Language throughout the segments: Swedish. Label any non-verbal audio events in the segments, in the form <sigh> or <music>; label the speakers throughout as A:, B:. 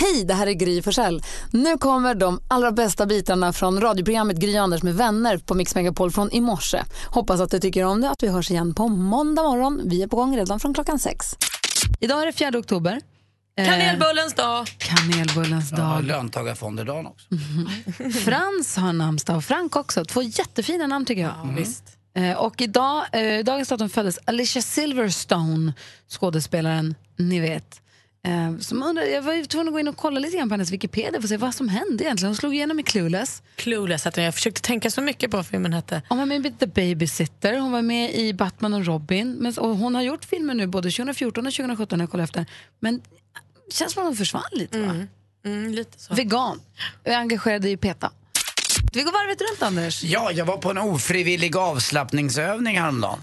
A: Hej, det här är Gry Forssell. Nu kommer de allra bästa bitarna från radioprogrammet Gry Anders med vänner på Mix Megapol från i morse. Hoppas att du tycker om det att vi hörs igen på måndag morgon. Vi är på gång redan från klockan sex. Idag är det 4 oktober. Eh,
B: Kanelbullens dag!
A: Kanelbullens
C: Ja,
A: dag. Mm.
C: löntagarfonderdagen också.
A: <laughs> Frans har namnsdag och Frank också. Två jättefina namn tycker jag.
B: Mm. Visst.
A: Eh, Och idag, eh, dagens datum föddes Alicia Silverstone, skådespelaren, ni vet. Eh, som undrar, jag var ju tvungen att gå in och kolla lite grann på hennes Wikipedia för att se vad som hände egentligen. Hon slog igenom i Clueless.
B: Clueless hette den. Jag försökte tänka så mycket på vad filmen hette.
A: Hon var med i The Babysitter, hon var med i Batman och Robin. Men, och hon har gjort filmer nu både 2014 och 2017 när jag kollade efter. Men det känns som att hon försvann lite va?
B: Mm, lite så.
A: Vegan. Jag är engagerad i PETA. Vi går varvet runt Anders.
C: Ja, jag var på en ofrivillig avslappningsövning häromdagen.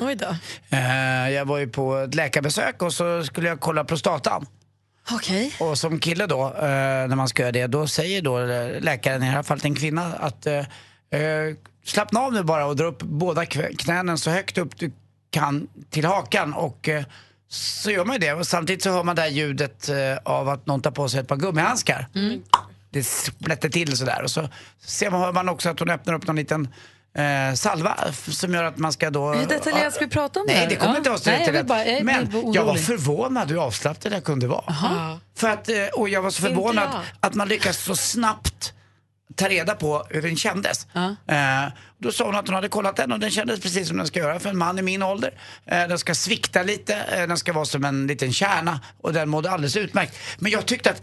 B: Oj då.
C: Eh, jag var ju på ett läkarbesök och så skulle jag kolla prostatan.
A: Okej.
C: Och som kille då, eh, när man ska göra det, då säger då eh, läkaren, i det här fallet en kvinna, att eh, eh, slappna av nu bara och dra upp båda kv- knänen så högt upp du kan till hakan. Och eh, så gör man ju det. Och samtidigt så hör man det här ljudet eh, av att någon tar på sig ett par gummihandskar.
A: Mm.
C: Det splätter till sådär. Och så ser man, hör man också att hon öppnar upp någon liten eh, salva f- som gör att man ska då...
A: Hur detaljerat ska vi prata om det
C: Nej,
A: här?
C: det kommer
A: Ja.
C: inte vara så
A: Nej, jag vill
C: detaljerat.
A: bara- jag blir
C: Men
A: orolig.
C: jag var förvånad hur avslappnad jag kunde vara.
B: Ja.
C: För att, eh, och jag var så förvånad
B: jag.
C: att man lyckas så snabbt ta reda på hur den kändes. Eh, då sa hon att hon hade kollat den och den kändes precis som den ska göra för en man i min ålder. Eh, den ska svikta lite, eh, den ska vara som en liten kärna och den mådde alldeles utmärkt. Men jag tyckte att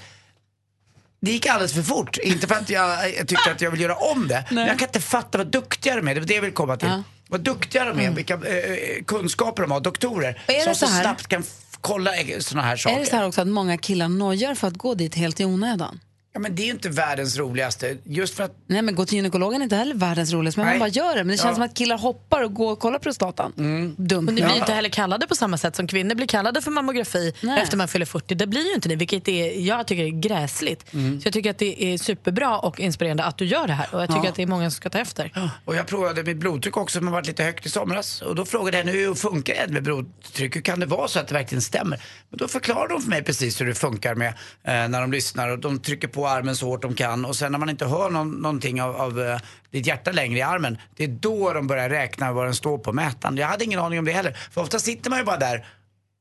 C: det gick alldeles för fort. Inte för att jag, jag tyckte att jag vill göra om det. Men jag kan inte fatta vad duktiga de är. Det var det jag vill komma till. Vad duktiga de är, vilka eh, kunskaper de har, doktorer.
A: Och är det
C: som så,
A: så här?
C: snabbt kan f- kolla sådana här saker.
A: Är det så här också att många killar nojar för att gå dit helt i onödan?
C: Ja, men det är ju inte världens roligaste. Just för att...
A: Nej, men gå till gynekologen är inte heller världens roligaste, men man
C: Nej.
A: bara gör det. Men det känns
C: Ja. Mm.
A: som att killar hoppar och går och kollar prostatan. Dumt.
B: Ni blir ju
A: Ja.
B: inte heller kallade på samma sätt som kvinnor blir kallade för mammografi
A: Nej.
B: efter man fyller 40. Det blir ju inte ni, vilket är, jag tycker är gräsligt.
C: Mm.
B: Så jag tycker att det är superbra och inspirerande att du gör det här och jag tycker att det är många som ska ta efter.
C: Och jag provade mitt blodtryck också som har varit lite högt i somras. Och då frågade jag henne hur funkar det med blodtryck? Hur kan det vara så att det verkligen stämmer? Men då förklarade de för mig precis hur det funkar med eh, när de lyssnar och de trycker på armen så hårt de kan. Och sen när man inte hör någon, någonting av, av eh, ditt hjärta längre i armen, det är då de börjar räkna vad den står på mätaren. Jag hade ingen aning om det heller. För ofta sitter man ju bara där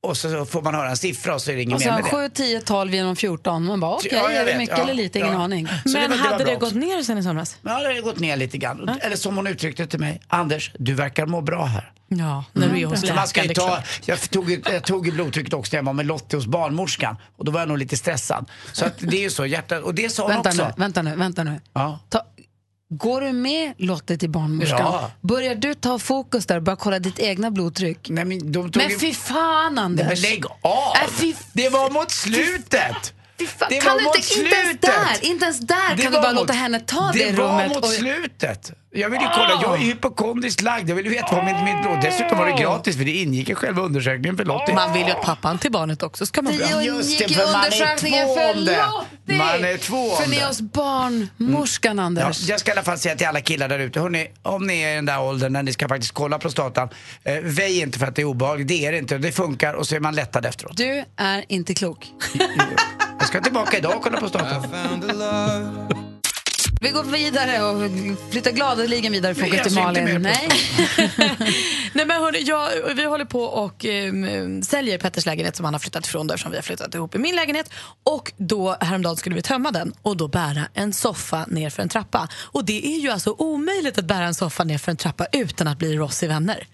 C: och så får man höra en siffra och så är det ingen
A: Och
C: mer
A: sen
C: med det.
A: 7, 10, 12 genom 14. Man bara, okej,
C: Ja, jag
A: är det
C: vet.
A: mycket
C: Ja.
A: eller lite? Ingen
C: Ja.
A: aning.
C: Så
B: Men
C: det var- det var
B: hade
C: bra
B: det gått
C: också.
B: ner sen i somras?
C: Men hade det gått ner lite grann. Eller som hon uttryckte till mig, Anders, du verkar må bra
B: Mm.
C: här.
B: Ja, när du är hos
C: Så Mm. man ska ju
B: läkaren. liksom.
C: ta,
A: liksom.
C: jag, tog, ju- jag tog ju blodtrycket också när jag var med Lottie hos barnmorskan och då var jag nog lite stressad. Så att det är ju så, hjärtat, och det sa hon
A: Vänta
C: också.
A: nu, vänta nu, vänta nu.
C: Ja.
A: Ta, går du med Lotte till barnmorskan?
C: Ja.
A: Börjar du ta fokus där och börja kolla ditt egna blodtryck?
C: Nej, men de tog
A: Men
C: ju-
A: fy fan
C: Nej, men
A: Anders!
C: lägg av!
A: Äh, fy-
C: Det var mot slutet!
A: Fy fan,
C: Det
A: kan
C: var
A: du
C: mot
A: inte, inte ens
C: slutet.
A: där, inte ens där
C: Det
A: kan du
C: var
A: bara
C: mot-
A: låta henne ta det,
C: det var
A: rummet.
C: mot
A: och-
C: slutet. Jag vill ju kolla, jag är hypokondriskt lagd. Jag vill ju veta vad mitt, mitt blod... Dessutom var det gratis för det ingick i själva undersökningen för Lottie.
B: Man vill ju att pappan till barnet också ska må bra.
A: Jag
C: Just det,
A: gick ju
C: för man är
A: undersökningen
C: två
A: för
C: om det.
A: Lottie.
C: Man är två om
A: För ni
C: det. Mm.
A: är hos barnmorskan,
C: Ja,
A: Anders.
C: jag ska i alla fall säga till alla killar där ute, hörrni, om ni är i den där åldern när ni ska faktiskt kolla prostatan, eh, väj inte för att det är obehagligt, det är det inte, det funkar och så är man lättad efteråt.
A: Du är inte klok.
C: Jag ska tillbaka idag och kolla prostatan.
A: Vi går vidare och flyttar gladeligen vidare fokus
C: Jag
A: till
C: ser inte
A: Malin.
C: mer på
A: Nej.
B: Nej, men hörni, jag, vi håller på och ehm, säljer Petters lägenhet som han har flyttat ifrån då, eftersom vi har flyttat ihop i min lägenhet. Och då häromdagen skulle vi tömma den och då bära en soffa ner för en trappa. Och det är ju alltså omöjligt att bära en soffa ner för en trappa utan att bli Ross i Vänner.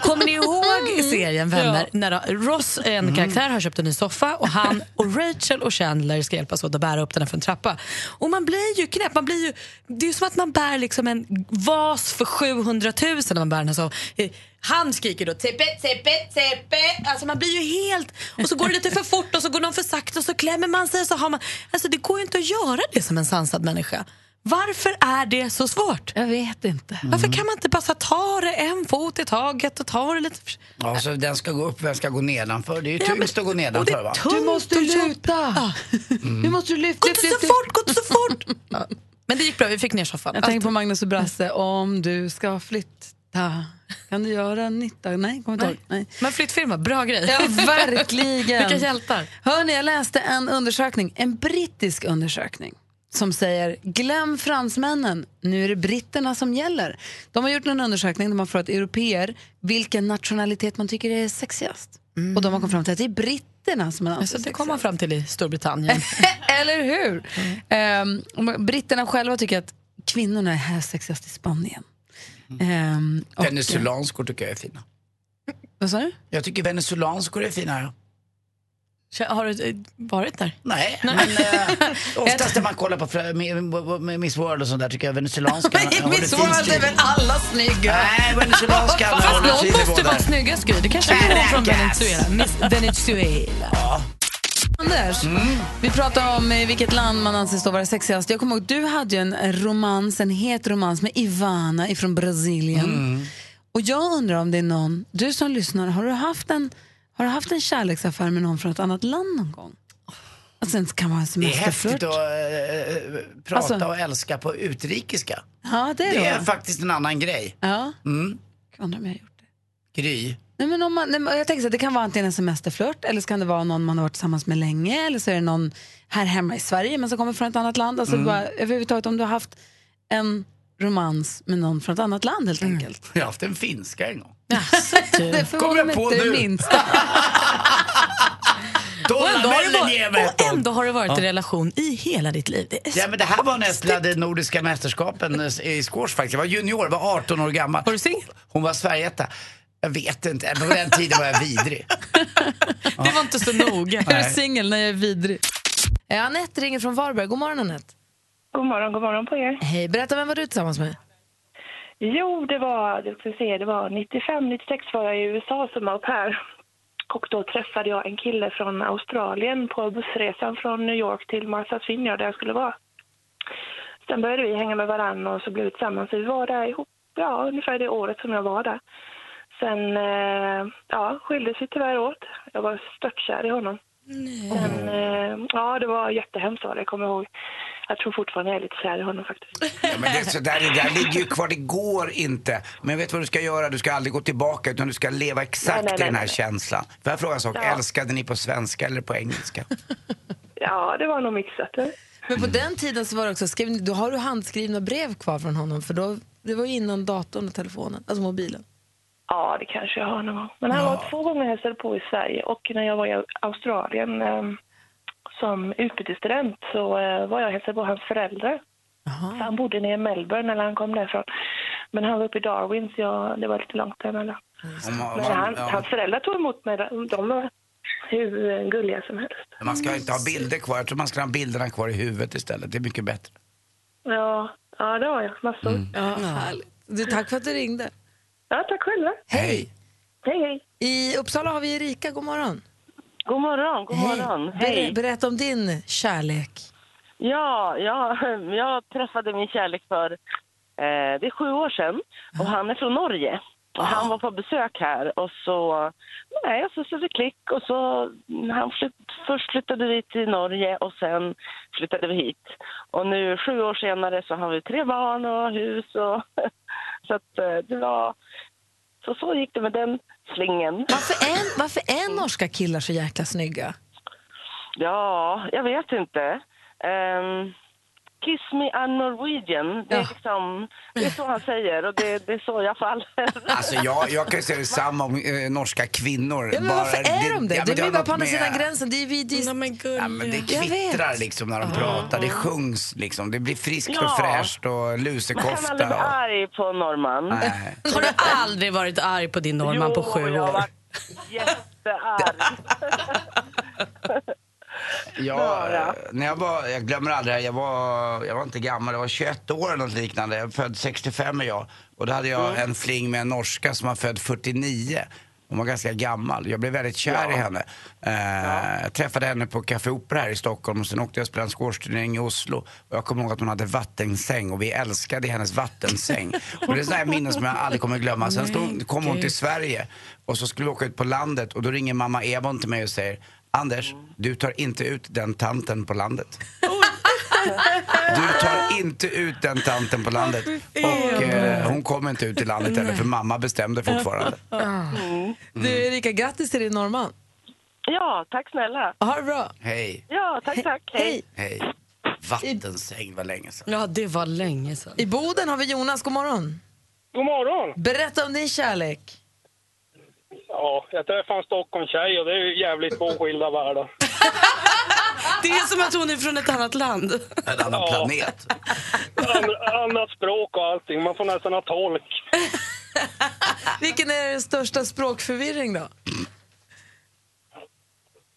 B: Kommer ni
A: Mm.
B: ihåg serien Vänner? När Ross, en karaktär, har köpt en ny soffa och han och Rachel och Chandler ska hjälpas åt att bära upp den här för en trappa. Och man blir ju knäpp. Man blir ju, det är ju som att man bär liksom en vas för 700 000 när man bär den här soffan. Eh, Han skriker då tippe, tippe, tippe. Alltså man blir ju helt... Och så går det lite för fort och så går någon för sakta och så klämmer man sig. Och så har man, alltså det går ju inte att göra det som en sansad människa. Varför är det så svårt?
A: Jag vet inte.
B: Varför kan man inte bara så här ta det en fot i taget och ta det lite... För...
C: Ja, så den ska gå upp, den ska gå nedanför. Det är ju
B: Ja, men-
C: tyngst att gå
B: och det
C: nedanför
B: är
C: va?
B: tungt
A: Du måste
B: och tjockt.
A: luta. Nu måste du lyfta.
B: Gå inte så fort, gå inte
A: <laughs>
B: så fort! Men det gick bra, vi fick ner soffan.
A: Jag tänker på Magnus och Brasse. Om du ska flytta nytta? Kan du göra nytta? Nej, kommer inte ihåg. Nej.
B: Men flyttfirma, bra grej.
A: Ja, verkligen.
B: <laughs> Vilka hjältar.
A: Hörni, jag läste en undersökning, en brittisk undersökning som säger glöm fransmännen, nu är det britterna som gäller. De har gjort en undersökning där man frågat europeer vilken nationalitet man tycker är sexigast. Och de har kommit fram till att det är britterna som man anser
B: Så Alltså, det
A: sexigast.
B: kom man fram till i
A: <laughs>
B: Storbritannien.
A: Eller hur? Ehm, och man- britterna själva tycker att kvinnorna är här sexigast i Spanien. Ehm, och-
C: Venezuelanskor tycker jag är fina.
A: Vad sa du?
C: Jag tycker venezuelanskor är fina. ja.
B: Har du eh, varit där?
C: Nej, men eh, oftast när man kollar på fr- med- med- med Miss World och sånt där tycker jag
B: <laughs>
C: venezuelanska
A: <laughs>
C: håller
A: Miss
C: fin
A: World
C: stil.
A: är väl alla snygga?
C: Nej, venezuelanska
B: <laughs> Fast
C: håller fin
B: någon
C: nivå
B: måste vara
C: där.
B: snyggast Gry. Det kanske är någon från
C: Caracas.
B: Venezuela. Miss Venezuela.
A: Anders, vi pratar om eh, vilket land man anses då vara sexigast. Jag kommer ihåg, du hade ju en romans, en het romans med Ivana ifrån Brasilien. Och jag undrar om det är någon, du som lyssnar, har du haft en, har du haft en kärleksaffär med någon från ett annat land någon gång? Alltså, det kan vara en
C: Det är häftigt
A: semesterflirt.
C: att eh, eh, prata
A: Alltså-
C: och älska på utrikiska.
A: Ja, det är
C: Det
A: det.
C: är
A: va?
C: faktiskt en annan grej.
A: Ja,
C: Mm.
A: jag undrar om jag har gjort det.
C: Gry.
A: Nej, men om man, nej, men jag tänker så här, det kan vara antingen en semesterflirt eller så kan det vara någon man har varit tillsammans med länge eller så är det någon här hemma i Sverige men som kommer från ett annat land. Alltså
C: Mm.
A: bara, överhuvudtaget om du har haft en romans med någon från ett annat land helt
C: Mm. <laughs>
A: enkelt.
C: Jag har haft en finska en gång.
A: Det
C: Kom
A: förvånar
C: jag
A: mig
C: på
A: inte det
C: nu?
A: minsta.
B: Och ändå, har du
C: Dollarmällen ger mig
B: varit,
C: ett
B: och
C: tag.
B: ändå har du varit i relation i hela ditt liv. Det är
C: Ja men det här var nästan det nordiska mästerskapen eh, i squash faktiskt. Jag var junior, var 18 år gammal.
B: Var du singel?
C: Hon var Sverigetta. Jag vet inte, på den tiden var jag vidrig.
B: Det var
A: <laughs>
B: inte så noga.
A: Jag är singel när jag är vidrig.
D: Eh, Anette ringer från Varberg. God morgon, Anette.
E: God morgon, god morgon på er.
D: Hej, berätta vem var du tillsammans med?
E: Jo, det var, det ska se, det var 95, 96 var jag i USA som au pair. Och då träffade jag en kille från Australien på bussresan från New York till Martha's Vineyard där jag skulle vara. Sen började vi hänga med varandra och så blev vi tillsammans. Så vi var där ihop, ja, ungefär det året som jag var där. Sen, eh, ja, skildes vi tyvärr åt. Jag var störtkär i honom. Sen, eh, ja, det var jättehemskt var det, jag kommer ihåg. Jag tror fortfarande jag är lite kär i honom faktiskt.
C: Ja, men det, så där, det där ligger ju kvar, det går inte. Men vet du vad du ska göra? Du ska aldrig gå tillbaka utan du ska leva exakt
E: Nej, nej,
C: i den
E: nej,
C: här
E: nej.
C: känslan. Får jag fråga en sak?
E: Ja.
C: Älskade ni på svenska eller på
E: <laughs>
C: engelska?
E: Ja, det var nog mixat.
D: Men på den tiden så var det också, skrev, då har du handskrivna brev kvar från honom för då, det var ju innan datorn och telefonen, alltså mobilen.
E: Ja, det kanske jag har någon gång. Men han var två gånger och hälsade på i Sverige och när jag var i Australien eh, som utbytesstudent så eh, var jag och hälsade på hans föräldrar. För han bodde nere i Melbourne när han kom därifrån. Men han var uppe i Darwin så jag, det var lite långt emellan.
C: Om man,
E: Men han,
C: man,
E: hans
C: ja,
E: föräldrar tog emot mig. De var hur gulliga som helst.
C: man ska inte ha bilder kvar. Jag tror man ska ha bilderna kvar i huvudet istället. Det är mycket bättre.
E: Ja, ja det var jag. Massor.
D: Ja, härligt. Du, tack för att du ringde.
E: Ja, tack själva.
C: Hej!
E: Hej, hej.
D: I Uppsala har vi Erika, god morgon.
F: God morgon, god morgon.
D: Ber-
F: Hej.
D: Berätta om din kärlek.
F: Ja, ja, <laughs> jag träffade min kärlek för eh, det är sju år sedan och han är från Norge. Och han var på besök här och så, nej, och så slog det klick och så, han flytt, först flyttade vi till Norge och sen flyttade vi hit. Och nu sju år senare så har vi tre barn och hus och <laughs> så att eh, det var, så så gick det med den slingen.
D: Varför är, varför är norska killar så jäkla snygga?
F: Ja, jag vet inte. Ehm, kiss me I'm Norwegian. Det är,
D: Ja.
F: liksom, det är så han säger och det, det är så jag faller.
C: Alltså jag, jag kan ju säga detsamma om eh, norska kvinnor.
D: Ja, men varför är de det?
C: ja, men
D: det är
C: har
D: ju bara
C: något
D: på andra
C: med-
D: sidan gränsen. Det är, vi- det
B: Nej,
D: är,
B: men
C: Ja, men det
B: gulliga.
D: Jag
C: kvittrar
D: vet.
C: liksom när de pratar, det sjungs liksom. Det blir friskt
F: Ja.
C: och fräscht och
F: Man kan
C: lusekofta.
F: aldrig bli
C: Och...
F: arg på norrman.
C: Nej.
B: Har du aldrig varit arg på din norrman på sju
F: jag har
B: år?
F: varit
D: <laughs>
F: jättearg.
C: Jag, eh, när jag, var, jag glömmer aldrig, det här, jag var, jag var inte gammal, jag var 21 år eller något liknande. Jag är född 65 är jag. Och då hade jag en fling med en norska som var född 49. Hon var ganska gammal. Jag blev väldigt kär i henne. Eh, Jag träffade henne på Café Opera här i Stockholm och sen åkte jag och spelade en squashturnering i Oslo. Och jag kommer ihåg att hon hade vattensäng och vi älskade hennes vattensäng. och det är sådana här minnen som jag aldrig kommer glömma. Sen stod, kom hon till Sverige och så skulle vi åka ut på landet och då ringer mamma Evon till mig och säger Anders, du tar inte ut den tanten på landet. Du tar inte ut den tanten på landet. Och eh, hon kommer inte ut i landet heller för mamma bestämde <laughs> fortfarande.
A: Ah. Du Erika, grattis till din norrman.
G: Ja, tack snälla.
A: Ha det bra.
C: Hej,
G: Ja, tack, tack.
A: Hej.
C: hej. Vattensäng var länge sedan.
B: Ja, det var länge sedan.
A: I Boden har vi Jonas, god morgon.
H: God morgon!
A: Berätta om din kärlek.
H: Ja, jag träffade en Stockholmstjej och det är ju jävligt två skilda världar.
B: Det är som att hon är från ett annat land.
C: <laughs> En annan planet.
H: <laughs> An- annat språk och allting, man får nästan ha tolk.
A: Vilken är den största språkförvirring då?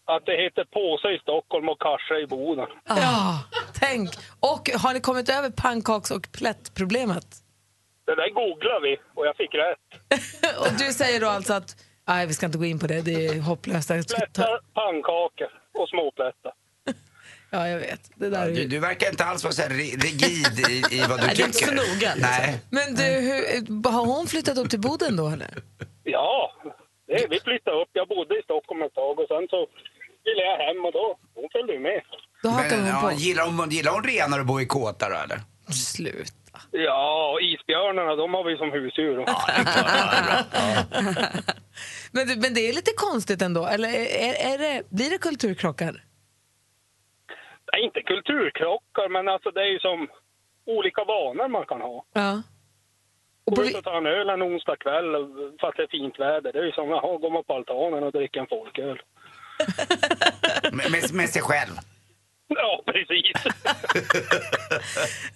H: Att det heter påse i Stockholm och karse i Boden.
A: Ja. Tänk. Och har ni kommit över pannkaks och plättproblemet?
H: Det där googlade vi och jag fick rätt.
A: Och du säger då alltså att nej, vi ska inte gå in på det, det är hopplöst. Jag ska ta-
H: Plättar, pannkakor och småplättar.
A: Ja, jag vet. Det där är
C: Du,
A: ju...
C: du verkar inte alls vara så här ri- rigid i, i vad du tycker.
B: det är inte så noga, liksom.
C: Nej.
A: Men du, hur, har hon flyttat upp till Boden då eller?
H: Ja, det, vi flyttade upp. Jag bodde i Stockholm ett tag och sen så ville jag hem och då, hon följde ju med.
A: Då hakar
C: Men,
A: hon
C: ja,
A: på.
C: gillar, hon, gillar hon renar och bor i kåta då eller?
A: Slut.
C: Ah.
H: Ja, och isbjörnarna de har vi som husdjur.
A: <laughs> Men, du, men det är lite konstigt ändå, eller är, är det, blir det kulturkrockar?
H: Det är inte kulturkrockar men alltså det är ju som olika vanor man kan ha.
A: Ja. Och på,
H: Gå
A: vi-
H: ut och ta en öl en onsdag kväll fast det är fint väder. Det är ju som, jaha, går man på altanen och dricker en folköl.
C: Med, med, med sig själv.
H: Ja, precis.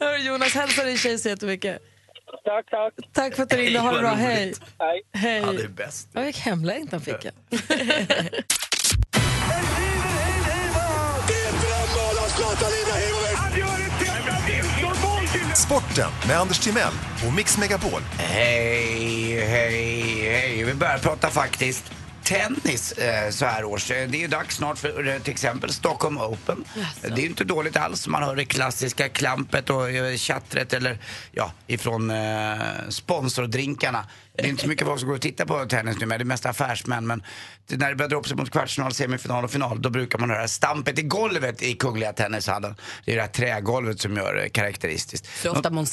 A: Hör, Jonas, hälsa din tjej så jättemycket.
H: tack, tack.
A: Tack för att du ringde, ha det
C: vad
A: bra,
C: roligt.
A: hej.
H: Hej.
A: Hej.
C: Ja, det är bäst.
A: Jag fick hemlängtan fick jag.
I: Sporten med Anders Timell och Mix Megapol.
C: Hej, hej, hej. Vi börjar prata faktiskt tennis eh, så här års. Eh, Det är ju dags snart för eh, till exempel Stockholm Open. Eh, Det är ju inte dåligt alls. Man hör det klassiska klampet och eh, tjattret eller ja, ifrån eh, sponsordrinkarna. Det är inte så mycket folk som går och tittar på tennis nu, men det är mest affärsmän. Men det- när det börjar dra upp sig mot kvartsfinal, semifinal och final, då brukar man höra stampet i golvet i Kungliga Tennishallen. Det är det här trägolvet som gör det karaktäristiskt.
B: Så ofta Måns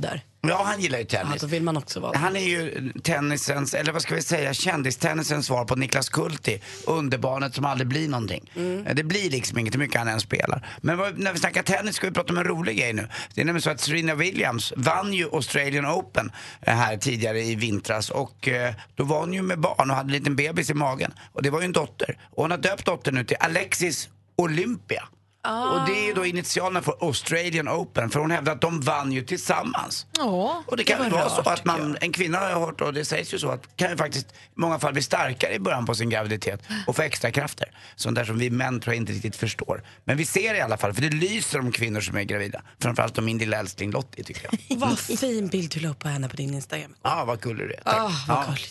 C: <laughs>
B: där.
C: Ja, han gillar ju tennis.
B: Ja, då vill man också vara.
C: Han är ju tennisens, eller vad ska vi säga, kändistennisens svar på Niklas Kulti. Underbarnet som aldrig blir någonting.
B: Mm.
C: Det blir liksom inget hur mycket han än spelar. Men vad, när vi snackar tennis ska vi prata om en rolig grej nu. Det är nämligen så att Serena Williams vann ju Australian Open eh, här tidigare i vintras och eh, då var hon ju med barn och hade en liten bebis i magen. Och det var ju en dotter. Och hon har döpt dottern nu till Alexis Olympia.
B: Ah.
C: Och det är ju då initialerna för Australian Open, för hon hävdar att de vann ju tillsammans.
A: Ja,
C: Och det kan ju vara så att man, en kvinna har jag hört, och det sägs ju så, att kan ju faktiskt i många fall bli starkare i början på sin graviditet och få extra krafter. Sånt där som vi män tror jag inte riktigt förstår. Men vi ser det i alla fall, för det lyser om kvinnor som är gravida. Framförallt om min lilla älskling Lottie tycker jag.
B: Vad fin bild du la upp på henne på din Instagram.
C: <laughs> Ja, vad gullig du är. Tack. ja,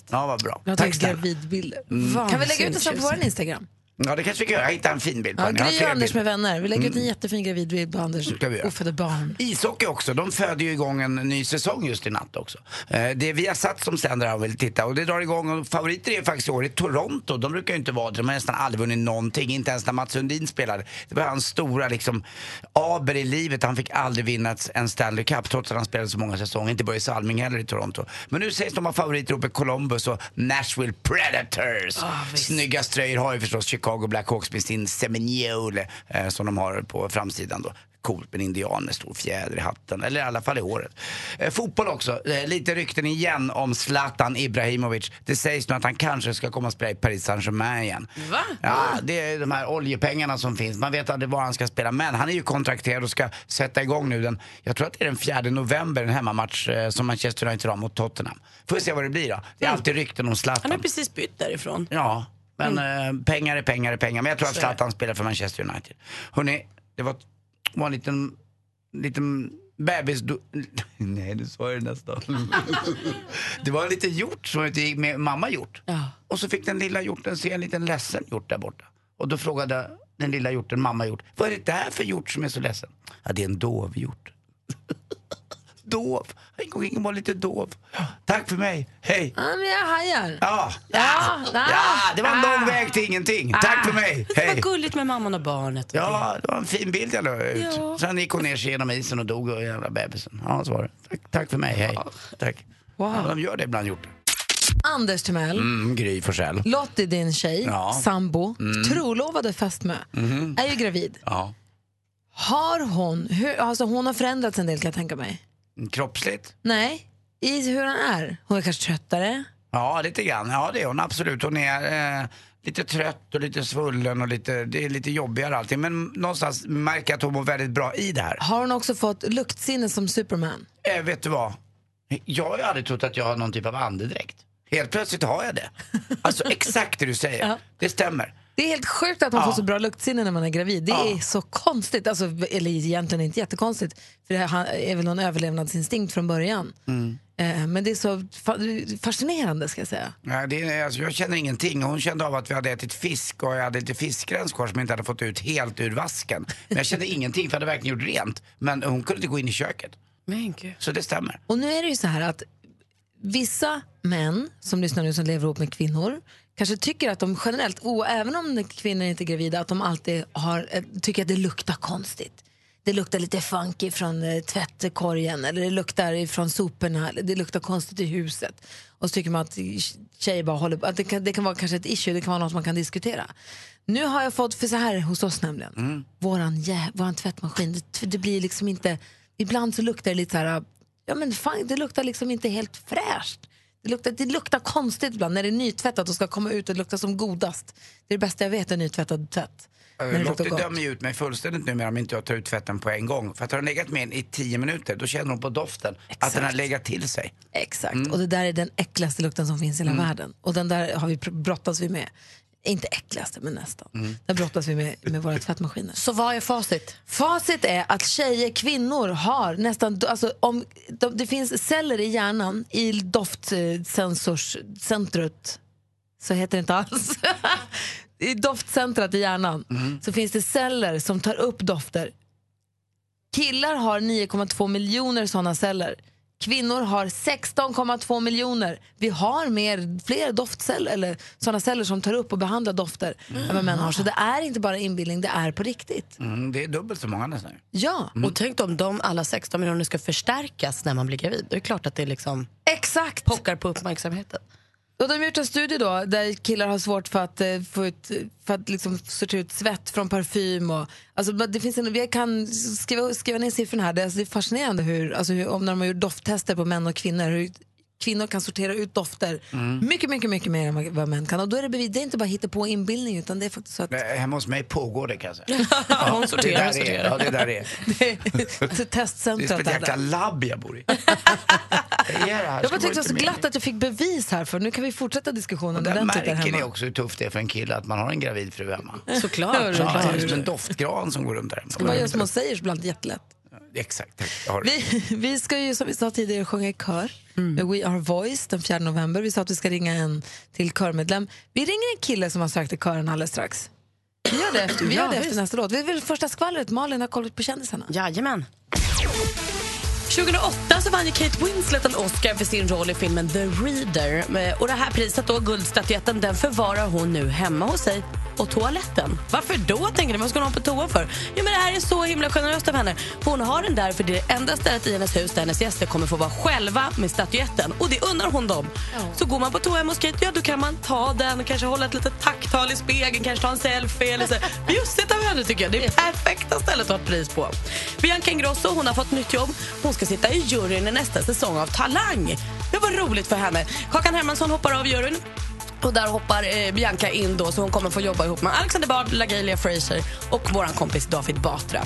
C: ja, Ah, vad bra.
A: Jag
C: Tack
A: tar
C: snälla. Mm.
A: gravidbilder. <laughs> Kan vi lägga ut en sån på vår Instagram?
C: Ja, det kanske vi kan göra. Jag hittade en fin bild på
A: Ja,
C: henne. Jag har
A: Gry och
C: fler
A: Anders
C: bilder.
A: med vänner. Vi lägger ut en jättefin gravidbild på Anders
C: Ska vi göra.
A: ofödda barn.
C: Ishockey också, de föder ju igång en ny säsong just i natt också. Eh, Det är Viasat som sänder här och vill titta och det drar igång och favoriter är faktiskt i år i Toronto. De brukar ju inte vara det, de har nästan aldrig vunnit någonting, inte ens när Mats Sundin spelade. Det var hans stora liksom aber i livet, han fick aldrig vinna ett- en Stanley Cup trots att han spelade så många säsonger. Inte Börje Salming heller i Toronto. Men nu sägs de ha favoriter uppe i Columbus och Nashville Predators. Snygga ströjor har ju förstås Chicago Blackhawks med sin Seminole eh, som de har på framsidan då coolt med en indian med stor fjäder i hatten, eller i alla fall i håret. Eh, fotboll också, eh, lite rykten igen om Zlatan Ibrahimovic. Det sägs nu att han kanske ska komma och spela i Paris Saint-Germain igen. Va? Ja, det är de här oljepengarna som finns. Man vet aldrig var han ska spela, men han är ju kontrakterad och ska sätta igång nu den, jag tror att det är den 4 november, en hemmamatch eh, som Manchester United har mot Tottenham. Får vi se vad det blir då. Det är alltid rykten om Zlatan.
B: Mm. Han har precis bytt därifrån. Mm.
C: Ja, men eh, pengar är pengar är pengar. Men jag tror att Zlatan spelar för Manchester United. Hörrni, det var, var en liten, liten bebis... Do- <laughs> Nej, du sa ju det nästan.
A: <laughs>
C: det var en liten hjort som var ute och gick med mamma hjort. Och så fick den lilla hjorten se en liten ledsen hjort där borta. Och då frågade den lilla hjorten mamma hjort, vad är det där för hjort som är så ledsen? Ja, det är en dovhjort. <laughs> dov. Han gick omkring och var lite dov. Tack för mig. Hej.
A: Ja, men jag hajar.
C: Ja. Ja. ja, det var en lång väg till ingenting. Tack för mig.
B: Ah. Det var
C: Hej.
B: gulligt med mamman och barnet. och det.
C: Ja, det var en fin bild jag la ut. Sen gick hon ner sig genom isen och dog, och jävla bebisen. Ja, så var det. Tack, tack för mig, hej. Tack. Ja, de gör det ibland, gjort det.
A: Anders Timell,
C: Mm, Gry Forssell.
A: Lottie din tjej,
C: Ja. Mm.
A: sambo, trolovade fästmö, är ju gravid.
C: Mhm. Ja.
A: Har hon, hur, alltså hon har förändrats en del kan jag tänka mig.
C: Kroppsligt?
A: Nej, i hur hon är. Hon är kanske tröttare.
C: Ja, lite grann. Ja, det är hon absolut. Hon är eh, lite trött och lite svullen och lite, det är lite jobbigare allting. Men någonstans märker jag att hon mår väldigt bra i det här.
A: Har hon också fått luktsinne som Superman?
C: Eh, vet du vad? Jag har ju aldrig trott att jag har någon typ av andedräkt. Helt plötsligt har
A: <laughs>
C: jag det. Alltså exakt det du säger. Det stämmer.
A: Det är helt sjukt att man
C: Ja.
A: får så bra luktsinne när man är gravid. Det är så konstigt. Alltså, eller egentligen inte jättekonstigt, för det här är väl någon överlevnadsinstinkt från början.
C: Mm.
A: Eh, Men det är så fa- fascinerande ska jag säga.
C: Nej, det är, alltså, jag känner ingenting. Hon kände av att vi hade ätit fisk och jag hade lite fiskrens kvar som jag inte hade fått ut helt ur vasken. Men jag kände ingenting för jag hade verkligen gjort rent. Men hon kunde inte gå in i köket.
B: Men gud.
C: Så det stämmer.
A: Och nu är det ju så här att vissa män som lyssnar nu som lever ihop med kvinnor kanske tycker att de generellt, och även om kvinnor inte är gravida, att de alltid har, eh, tycker att det luktar konstigt. Det luktar lite funky från eh, tvättkorgen eller det luktar från soporna eller det luktar konstigt i huset. Och så tycker man att tjejer bara håller på. Att det, kan, det kan vara kanske ett issue, det kan vara något man kan diskutera. Nu har jag fått, för så här hos oss nämligen,
C: Mm.
A: våran, jä- våran tvättmaskin, det, det blir liksom inte, ibland så luktar det lite så här ja men fan, det luktar liksom inte helt fräscht. Det luktar, det luktar konstigt ibland när det är nytvättat och ska komma ut och lukta som godast. Det är det bästa jag vet, är nytvättad tvätt. När det
C: Lottie
A: luktar gott.
C: dömer ju ut mig fullständigt numera om inte jag tar ut tvätten på en gång. För att har den legat med en i tio minuter, då känner hon på doften att den har legat till sig.
A: Exakt,
B: Mm.
A: och det där är den äckligaste lukten som finns i hela världen. Och den där har vi pr- brottas vi med. Inte äckligaste, men nästan. Där brottas vi med, med våra tvättmaskiner.
B: Mm. Så vad är facit?
A: Facit är att tjejer, kvinnor har nästan... Alltså, om, de, det finns celler i hjärnan, i doftsensorscentret. Så heter det inte alls. <laughs> I doftcentrat i hjärnan så finns det celler som tar upp dofter. Killar har 9,2 miljoner såna celler. Kvinnor har 16,2 miljoner. Vi har mer, fler doftceller, eller såna celler som tar upp och behandlar dofter än vad män har. Så det är inte bara inbildning, det är på riktigt.
C: Mm, det är dubbelt så många nästan.
A: Ja,
C: Mm.
B: Och tänk om de alla 16 miljoner ska förstärkas när man blir gravid. Då är det klart att det liksom
A: exakt.
B: pockar på uppmärksamheten.
A: Och de har gjort en studie då, där killar har svårt för att, eh, få ut, för att liksom sortera ut svett från parfym. Och, alltså, det finns en, jag kan skriva, skriva ner siffrorna här. Det, är- alltså, det är fascinerande hur, alltså, hur, om när de har gjort dofttester på män och kvinnor. Hur, Kvinnor kan sortera ut dofter
C: Mm.
A: mycket, mycket, mycket mer än vad- vad män kan. Och då är det, bevis, det är inte bara hitta på inbildning utan det är faktiskt så att
C: Nej, Hemma hos mig pågår det kanske.
B: Hon
C: Det
B: sorterar
C: där
B: och
C: är,
B: sorterar.
C: ja, det
A: <laughs>
C: där är.
A: <laughs> det är
C: Det är som
A: testcentret
C: ett
A: är
C: jäkla
A: där.
C: labb
A: <laughs>
C: jag bor i.
A: Jag bara tyckte det var så glatt att jag fick bevis här för nu kan vi fortsätta diskussionen
C: Där
A: ordentligt där
C: märker
A: hemma.
C: ni också hur tufft det är för en kille att man har en gravid fru hemma. <laughs>
B: Såklart.
C: Ja, det är som en doftgran som går runt där
A: Man
C: hemma.
A: gör som man säger så blir det jättelätt.
C: Exakt, tack. Jag har Mm. det.
A: Vi, <laughs> vi ska ju som vi sa tidigare sjunga i kör med We Are Voice den 4 november. Vi sa att vi ska ringa en till körmedlem. Vi ringer en kille som har sökt till kören alldeles strax. Vi gör det efter, vi gör det efter nästa låt. Vi vill första skvallret. Malin har kollat på kändisarna.
B: Jajamän. 2008 så vann ju Kate Winslet en Oscar för sin roll i filmen The Reader. Eh, Och det här priset, då, guldstatyetten, den förvarar hon nu hemma hos sig och toaletten. Varför då, tänker ni? Vad ska hon ha på toa för? Jo, men det här är så himla generöst av henne. Hon har den där för det är det enda stället i hennes hus där hennes gäster kommer få vara själva med statyetten. Och det unnar hon dem. Så går man på toa hemma hos Kate, ja då kan man ta den och kanske hålla ett litet tacktal i spegeln, kanske ta en selfie eller så. Bjussigt av henne tycker jag. Det är perfekta stället att ha ett pris på. Bianca Ingrosso hon har fått nytt jobb. Hon ska sitta i juryn i nästa säsong av Talang. Det var roligt för henne. Kakan Hermansson hoppar av juryn. Och där hoppar eh, Bianca in då så hon kommer få jobba ihop med Alexander Bard, LaGalia Fraser och våran kompis David Batra.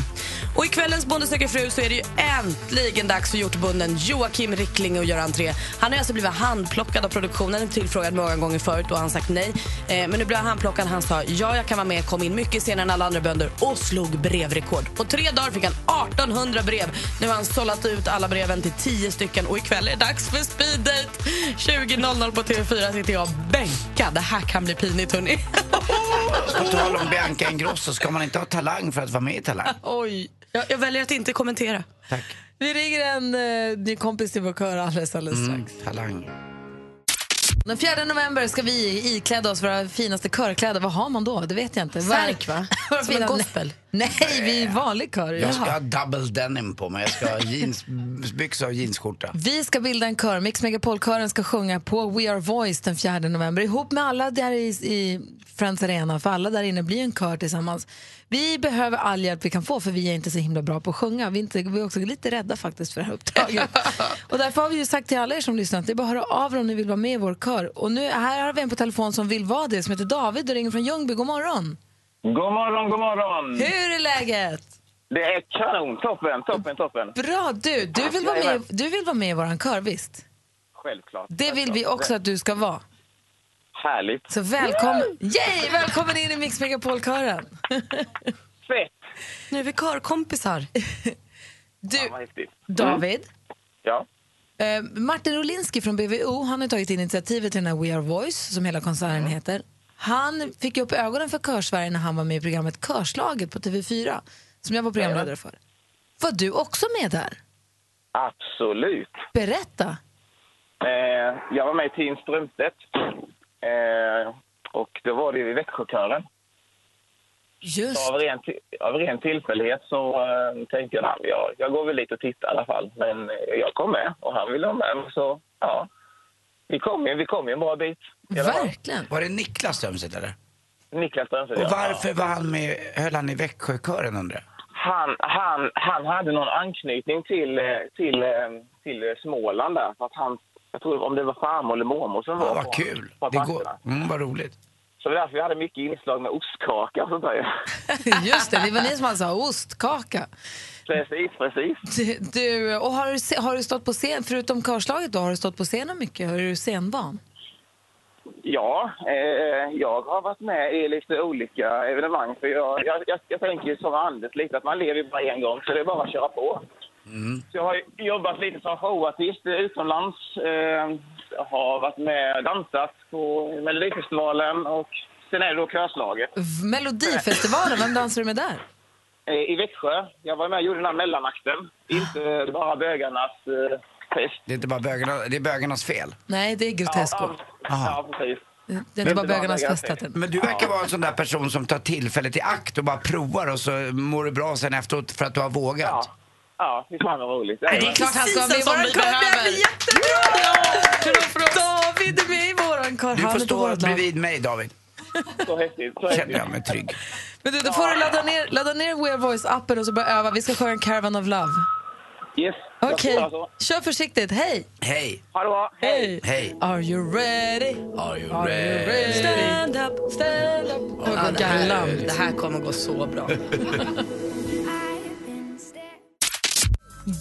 B: Och i kvällens Bonde söker fru så är det ju äntligen dags för hjortbonden Joakim Rickling att göra entré. Han har alltså blivit handplockad av produktionen, tillfrågad många gånger förut och han sagt nej. Eh, men nu blev han handplockad. Han sa ja, jag kan vara med, kom in mycket senare än alla andra bönder och slog brevrekord. På tre dagar fick han 1800 brev. Nu har han sållat ut alla breven till 10 stycken och ikväll är det dags för speeddate. 20.00 på TV4 sitter jag bänkad vecka. Det här kan bli pinigt, hörni.
C: På tal om Bianca Ingrosso, ska man inte ha talang för att vara med i Talang?
B: Oj. Jag, jag väljer att inte kommentera.
A: Vi ringer en eh, ny kompis till vår kör alldeles, alldeles strax.
C: Mm, Talang.
A: Den 4 november ska vi ikläda oss våra finaste körkläder. Vad har man då? Det vet jag inte.
D: Särk,
A: <laughs>
D: va?
A: Våra
D: Som en
A: fina-
D: gospel.
A: Nej, vi är vanlig kör.
C: Jag ska
A: Jaha.
C: ha double denim på mig. Jag ska ha jeansbyxor och jeansskjorta.
A: Vi ska bilda en kör. Mix Megapol-kören ska sjunga på We Are Voice den 4 november ihop med alla där i, i Friends Arena, för alla där inne blir en kör tillsammans. Vi behöver all hjälp vi kan få för vi är inte så himla bra på att sjunga. Vi är, inte, vi är också lite rädda faktiskt för det här uppdraget. och därför har vi ju sagt till alla er som lyssnar att det är bara att höra av er om ni vill vara med i vår kör. Och nu här har vi en på telefon som vill vara det som heter David och ringer från Ljungby. God morgon!
J: God morgon, god morgon!
A: Hur är läget?
J: Det är kanon! Toppen, toppen, toppen!
A: Bra du! Du vill vara med, du vill vara med i vår kör, visst?
J: Självklart.
A: Det vill vi också att du ska vara.
J: Härligt.
A: Så välkommen, yay, välkommen in i Mix Megapol-kören.
J: Fett!
B: Nu är vi körkompisar.
A: Du,
J: Vad häftigt.
A: David.
J: Ja.
A: Eh, Martin Rolinski från BVO, han har tagit initiativet till den här We Are Voice, som hela koncernen heter. Han fick ju upp ögonen för Körsverige när han var med i programmet Körslaget på TV4, som jag var programledare för. Var du också med där?
J: Absolut.
A: Berätta.
J: Eh, jag var med i Team Strömstedt. Eh, och då var det ju i Växjökören.
A: Just
J: Så av, ren, ti- av ren tillfällighet så eh, tänkte jag att jag, jag går väl dit och tittar i alla fall. Men eh, jag kom med och han ville vara med. Så ja, vi kom ju, vi kom ju en bra bit. I alla fall.
A: verkligen.
C: Var det Niklas Strömstedt eller?
J: Niklas Strömstedt.
C: Och
J: ja.
C: varför var han med, höll han i Växjökören undrar jag?
J: han, han, han hade någon anknytning till, eh, till, eh, till eh, Småland där. För att han, jag tror om det var farmor eller mormor som
C: Ja,
J: var
C: vad
J: på-
C: kul!
J: på
C: Det går,
J: trakterna.
C: mm, vad roligt.
J: Så det är därför vi hade mycket inslag med ostkaka och sånt
C: <laughs>
J: där. ju.
A: Just det, det var ni som alltså sa ostkaka.
J: Precis, precis.
A: Du- Du, och har du, se- har du stått på scen, förutom körslaget då, har du stått på scenen mycket? Har du scenvan?
J: Ja, eh, jag har varit med i lite olika evenemang. För jag, jag, jag, jag tänker ju som Anders lite att man lever ju bara en gång så det är bara att köra på. Så jag har ju jobbat lite som showartist eh, utomlands. Eh, jag har varit med och dansat på Melodifestivalen och sen är det då Körslaget.
A: V- Melodifestivalen, vem dansar du med där?
J: Eh, I Växjö, jag var med och gjorde den här mellanakten. Inte bara bögarnas eh, fest.
C: Det är inte bara bögarna, det är bögarnas fel.
A: Nej, det är Grotesco.
J: Ja, ja, precis.
A: Det är inte bara
J: det var
A: bögarnas
J: väl
A: fest.
J: ganska-
A: att den-
C: Men du verkar vara en sån där person som tar tillfället i akt och bara provar och så mår du bra sen efteråt för att du har vågat.
J: Ja, ja fy fan vad roligt.
A: Det är klart han ska vara med i
B: Precis
A: vår
B: en sån vi
A: kör, det
B: behöver.
A: blir jättebra! David är med i vår kör,
C: Du
A: han är på
C: får stå
A: vårt lag.
C: bredvid mig David,
J: Så häftigt. Så häftigt.
C: känner jag mig trygg.
A: Men du, då får du ladda ner, ladda ner We Are Voice-appen och så börja öva. Vi ska sjunga Caravan of Love.
J: Yes. jag
A: Okej,
J: tror alltså.
A: kör försiktigt. Hej!
C: Hej,
J: Ha det bra.
A: Hej!
C: hej.
A: Are you ready?
C: Are you
A: Are you
C: ready?
A: ready? Stand up, stand up.
B: Ja,
A: Oh,
B: det, här,
A: galant.
B: det här kommer gå så <laughs> bra.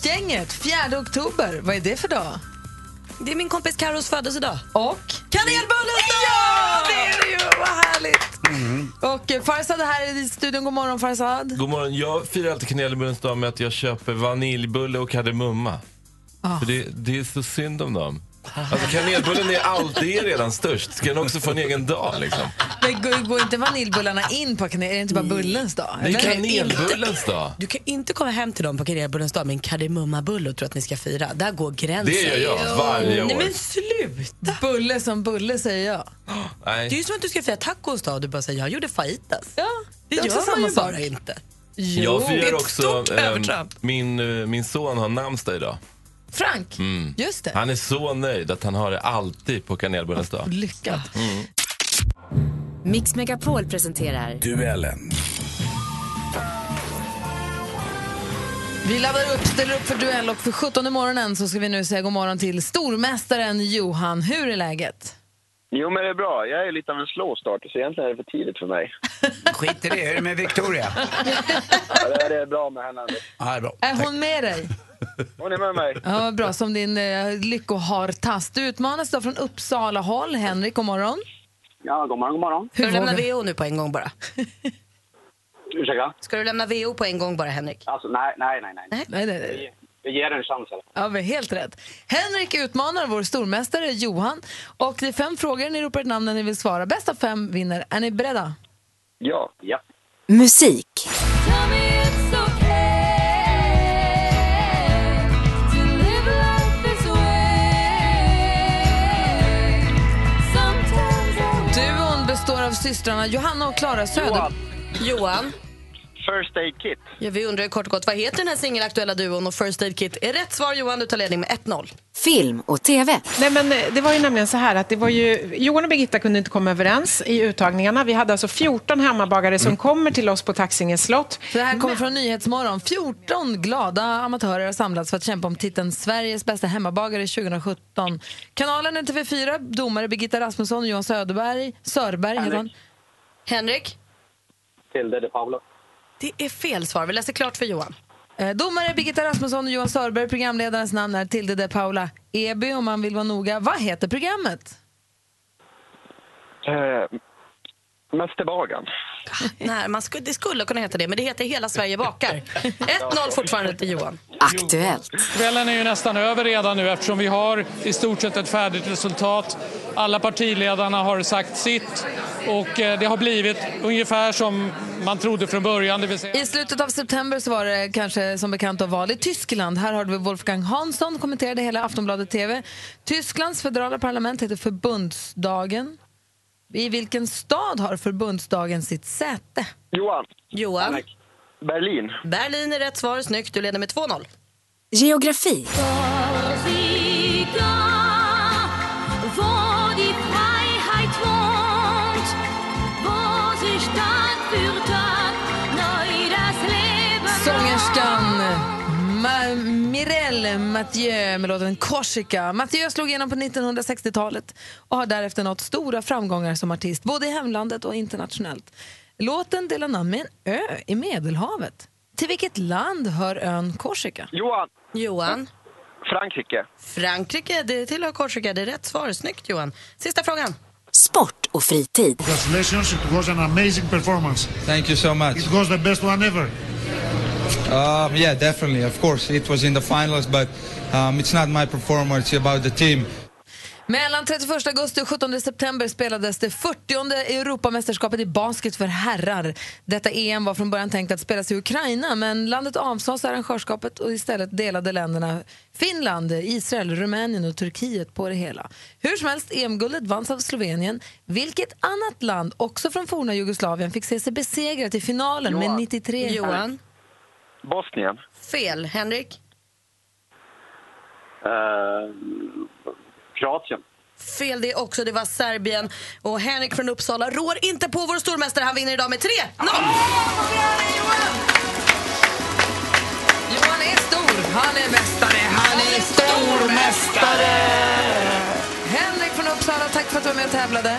A: Gänget, 4 oktober. Vad är det för dag?
B: Det är min kompis Carros födelsedag.
A: Och? Kanelbullens dag! Ja, det är det ju! Vad härligt. Och eh, Farzad är här i studion. God morgon, Farzad.
K: Mm. God morgon. Jag firar alltid kanelbullens dag med att jag köper vaniljbulle och kardemumma.
B: Ah.
K: För det, det är så synd om dem. Alltså kanelbullen är alltid är redan störst. Ska den också få en egen dag liksom?
A: Men går, går inte vaniljbullarna in på kanel? Är det inte bara bullens dag?
K: Det är
A: Eller?
K: kanelbullens dag.
B: Du kan Ah, inte komma hem till dem på kanelbullens dag med en kardemummabulle och tro att ni ska fira. Där går gränsen.
K: Det gör jag varje
B: Nej
K: år.
B: men sluta!
A: Bulle som bulle, säger jag.
B: Det är
K: Nej.
B: ju som att du ska fira tacos dag och du bara säger jag gjorde fajitas.
A: Ja,
B: Det gör man ju bara inte.
K: Jag
B: det är
K: firar
B: ett
K: också...
B: stort
K: ehm,
B: övertramp.
K: min, eh, min son har namnsdag idag. Mm.
A: Frank, just det.
K: Han är så nöjd att han har det alltid på kanelbullens dag. Mm.
A: Lyckat.
D: Mix Megapol presenterar
L: Duellen.
A: Vi laddar upp, ställer upp för duell och för 17 morgonen så ska vi nu säga god morgon till stormästaren Johan. Hur är läget?
J: Jo, men det är bra. Jag är lite av en slowstarter, så egentligen är det för tidigt för mig.
C: Skit i det, hur är det med Victoria?
J: Ja, det är- det är bra med henne. Anders.
C: Ja, det är bra.
A: Är hon med dig?
J: Hon är med mig.
A: Ja, vad bra, som din eh, lyckohartass. Du utmanas då från Uppsala håll. Henrik, god morgon.
J: Ja, god morgon, god morgon.
B: Ska du lämna
A: vågar-
B: VO nu på en gång bara?
J: Ursäkta?
B: Ska du lämna VO på en gång bara Henrik?
J: Alltså, nej, nej, nej. nej.
A: Nej, nej, nej.
J: Det
H: Vi ger den chansen.
A: Ja, men helt rätt. Henrik utmanar vår stormästare Johan. Och det är fem frågor, ni ropar ett namn när ni vill svara. Bäst av fem vinner. Är ni beredda?
H: Ja. ja.
M: Musik.
A: Duon består av systrarna Johanna och Klara Söder.
B: Johan. Johan.
H: First Aid Kit.
B: Ja, vi undrar ju kort och gott, vad heter den här singelaktuella duon och First Aid Kit är rätt svar Johan, du tar ledning med 1-0.
M: Film och TV.
N: Nej, men eh, det var ju nämligen så här att det var ju, Johan och Birgitta kunde inte komma överens i uttagningarna. Vi hade alltså 14 hemmabagare
H: Mm.
N: som kommer till oss på Taxinge slott.
A: Så det här kommer från Nyhetsmorgon. 14 glada amatörer har samlats för att kämpa om titeln Sveriges bästa hemmabagare 2017. Kanalen är TV4, domare Birgitta Rasmusson och Johan Söderberg. Sörberg, heter han.
B: Henrik?
H: Tilde de Paula.
B: Det är fel svar, vi läser klart för Johan.
A: Eh, Domare Birgitta Rasmusson och Johan Sörberg. Programledarens namn är Tilde de Paula Eby om man vill vara noga. Vad heter programmet?
H: Eh, Mästerbagan.
B: Nej, man skulle, det skulle kunna heta det, men det heter Hela Sverige <laughs> bakar. 1-0 fortfarande till Johan.
M: Aktuellt.
O: Kvällen är ju nästan över redan nu eftersom vi har i stort sett ett färdigt resultat. Alla partiledarna har sagt sitt och eh, det har blivit ungefär som man trodde från början. Det vill säga...
A: I slutet av september så var det kanske som bekant då val i Tyskland. Här har vi Wolfgang Hansson kommenterade hela Aftonbladet TV. Tysklands federala parlament heter Förbundsdagen. I vilken stad har Förbundsdagen sitt säte?
H: Johan.
B: Johan.
H: Berlin.
B: Berlin är rätt svar, snyggt. Du leder med 2-0.
M: Geografi.
A: Sångerskan Ma- Mirelle Mathieu med låten Korsika. Mathieu slog igenom på 1960-talet och har därefter nått stora framgångar som artist både i hemlandet och internationellt. Låten delar namn med en ö i Medelhavet. Till vilket land hör ön Korsika?
H: Johan.
B: Johan.
H: Frankrike.
B: Frankrike, det tillhör Korsika. Det är rätt svar. Snyggt, Johan. Sista frågan.
M: Sport och fritid.
P: Congratulations, it was an amazing performance.
Q: Thank you so much.
P: It was the best one ever.
Q: Um, yeah, definitely. Of course, it was in the finals, but um, it's not my performance. It's about the team.
A: Mellan 31 augusti och 17 september spelades det 40 Europamästerskapet i basket för herrar. Detta EM var från början tänkt att spelas i Ukraina men landet avsades arrangörskapet och istället delade länderna Finland, Israel, Rumänien och Turkiet på det hela. Hur som helst, EM-guldet vanns av Slovenien. Vilket annat land, också från forna Jugoslavien, fick se sig besegrat i finalen med 93
B: Johan.
H: Bosnien.
B: Fel. Henrik?
H: Eh, Kroatien.
B: Fel det också. Det var Serbien. Och Henrik från Uppsala rår inte på vår stormästare. Han vinner idag med 3-0.
A: Johan är stor, han är mästare, han är
C: stormästare!
A: Henrik från Uppsala, tack för att du var med och tävlade.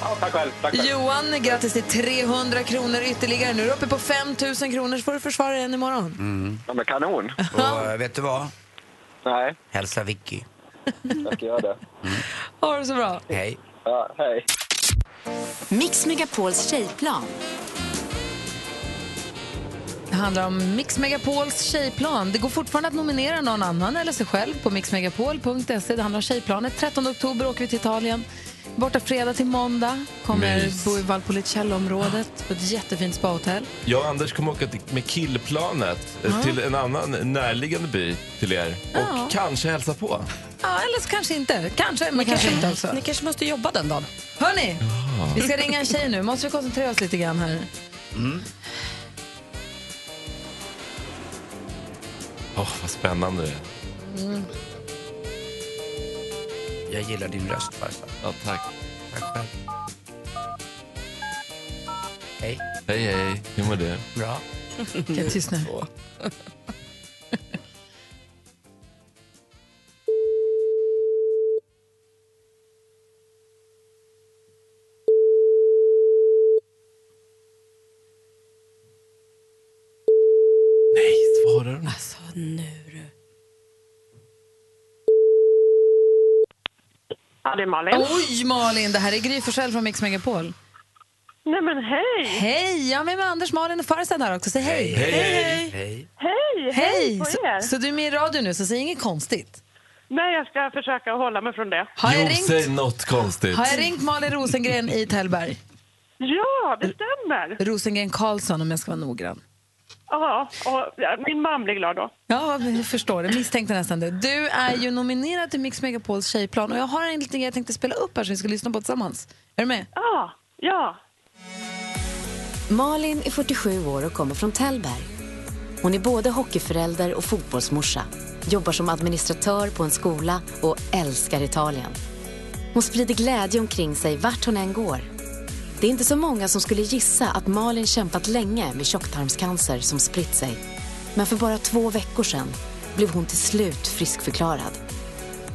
H: Ja, tack själv. Tack själv.
A: Johan, grattis till 300 kronor ytterligare. Nu är du uppe på 5 000 kronor så får du försvara dig igen imorgon.
H: Ja, men kanon.
C: Mm. Och eh, vet du vad?
H: Nej.
C: Hälsa Vicky.
H: Jag ska göra det.
A: Ha det så bra.
C: Hej.
H: Ja, hej.
M: Mix Megapols tjejplan.
A: Det handlar om Mix Megapols tjejplan. Det går fortfarande att nominera någon annan eller sig själv på mixmegapol.se. Det handlar om tjejplanet. 13 oktober åker vi till Italien. Borta fredag till måndag kommer
K: Mys.
A: bo i Valpolicella-området på ett jättefint spahotell.
K: Jag och Anders kommer åka till- med killplanet eh,
A: Ja.
K: till en annan närliggande by till er och
A: Ja.
K: kanske hälsa på.
A: Ja, eller så kanske inte. Kanske, men kanske, inte också.
B: Ni kanske måste jobba den dagen.
A: Hörni, Ah. vi ska ringa en tjej nu. Måste vi koncentrera oss lite grann här?
K: Mm. Åh, vad spännande det är.
A: Mm.
C: Jag gillar din röst farsan.
K: Ja, tack.
C: Tack själv. Hej.
K: Hej, hej. Hur mår du?
C: Bra.
A: Okej, tyst
B: <laughs>
A: nu.
K: Nej, svarar hon?
B: Alltså, nu du.
F: Ja, det är Malin.
A: Oj, Malin! Det här är Gry Forssell från Mix Megapol.
F: Nej men hej!
A: Hej! Jag är med, med Anders, Malin och Farzad här också. Säg hej!
F: Hej, hej.
C: Hej.
F: Hej!
A: Hej!
R: på er.
A: Så, så du är med i radio nu, så säg inget konstigt.
R: Nej, jag ska försöka hålla mig från det.
A: Har jag
K: Jo,
A: ringt?
K: säg något konstigt.
A: Har jag ringt Malin Rosengren i Tällberg?
R: Ja, det stämmer.
A: Rosengren Karlsson om jag ska vara noggrann.
R: Ja, och ja, min man blir glad då.
A: Ja, jag förstår det. Misstänkte nästan det. Du är ju nominerad till Mix Megapols tjejplan och jag har en liten grej jag tänkte spela upp här som vi ska lyssna på tillsammans. Är du med?
R: Ja, ja.
M: Malin är 47 år och kommer från Tällberg. Hon är både hockeyförälder och fotbollsmorsa, jobbar som administratör på en skola och älskar Italien. Hon sprider glädje omkring sig vart hon än går. Det är inte så många som skulle gissa att Malin kämpat länge med tjocktarmscancer som spritt sig. Men för bara två veckor sedan blev hon till slut friskförklarad.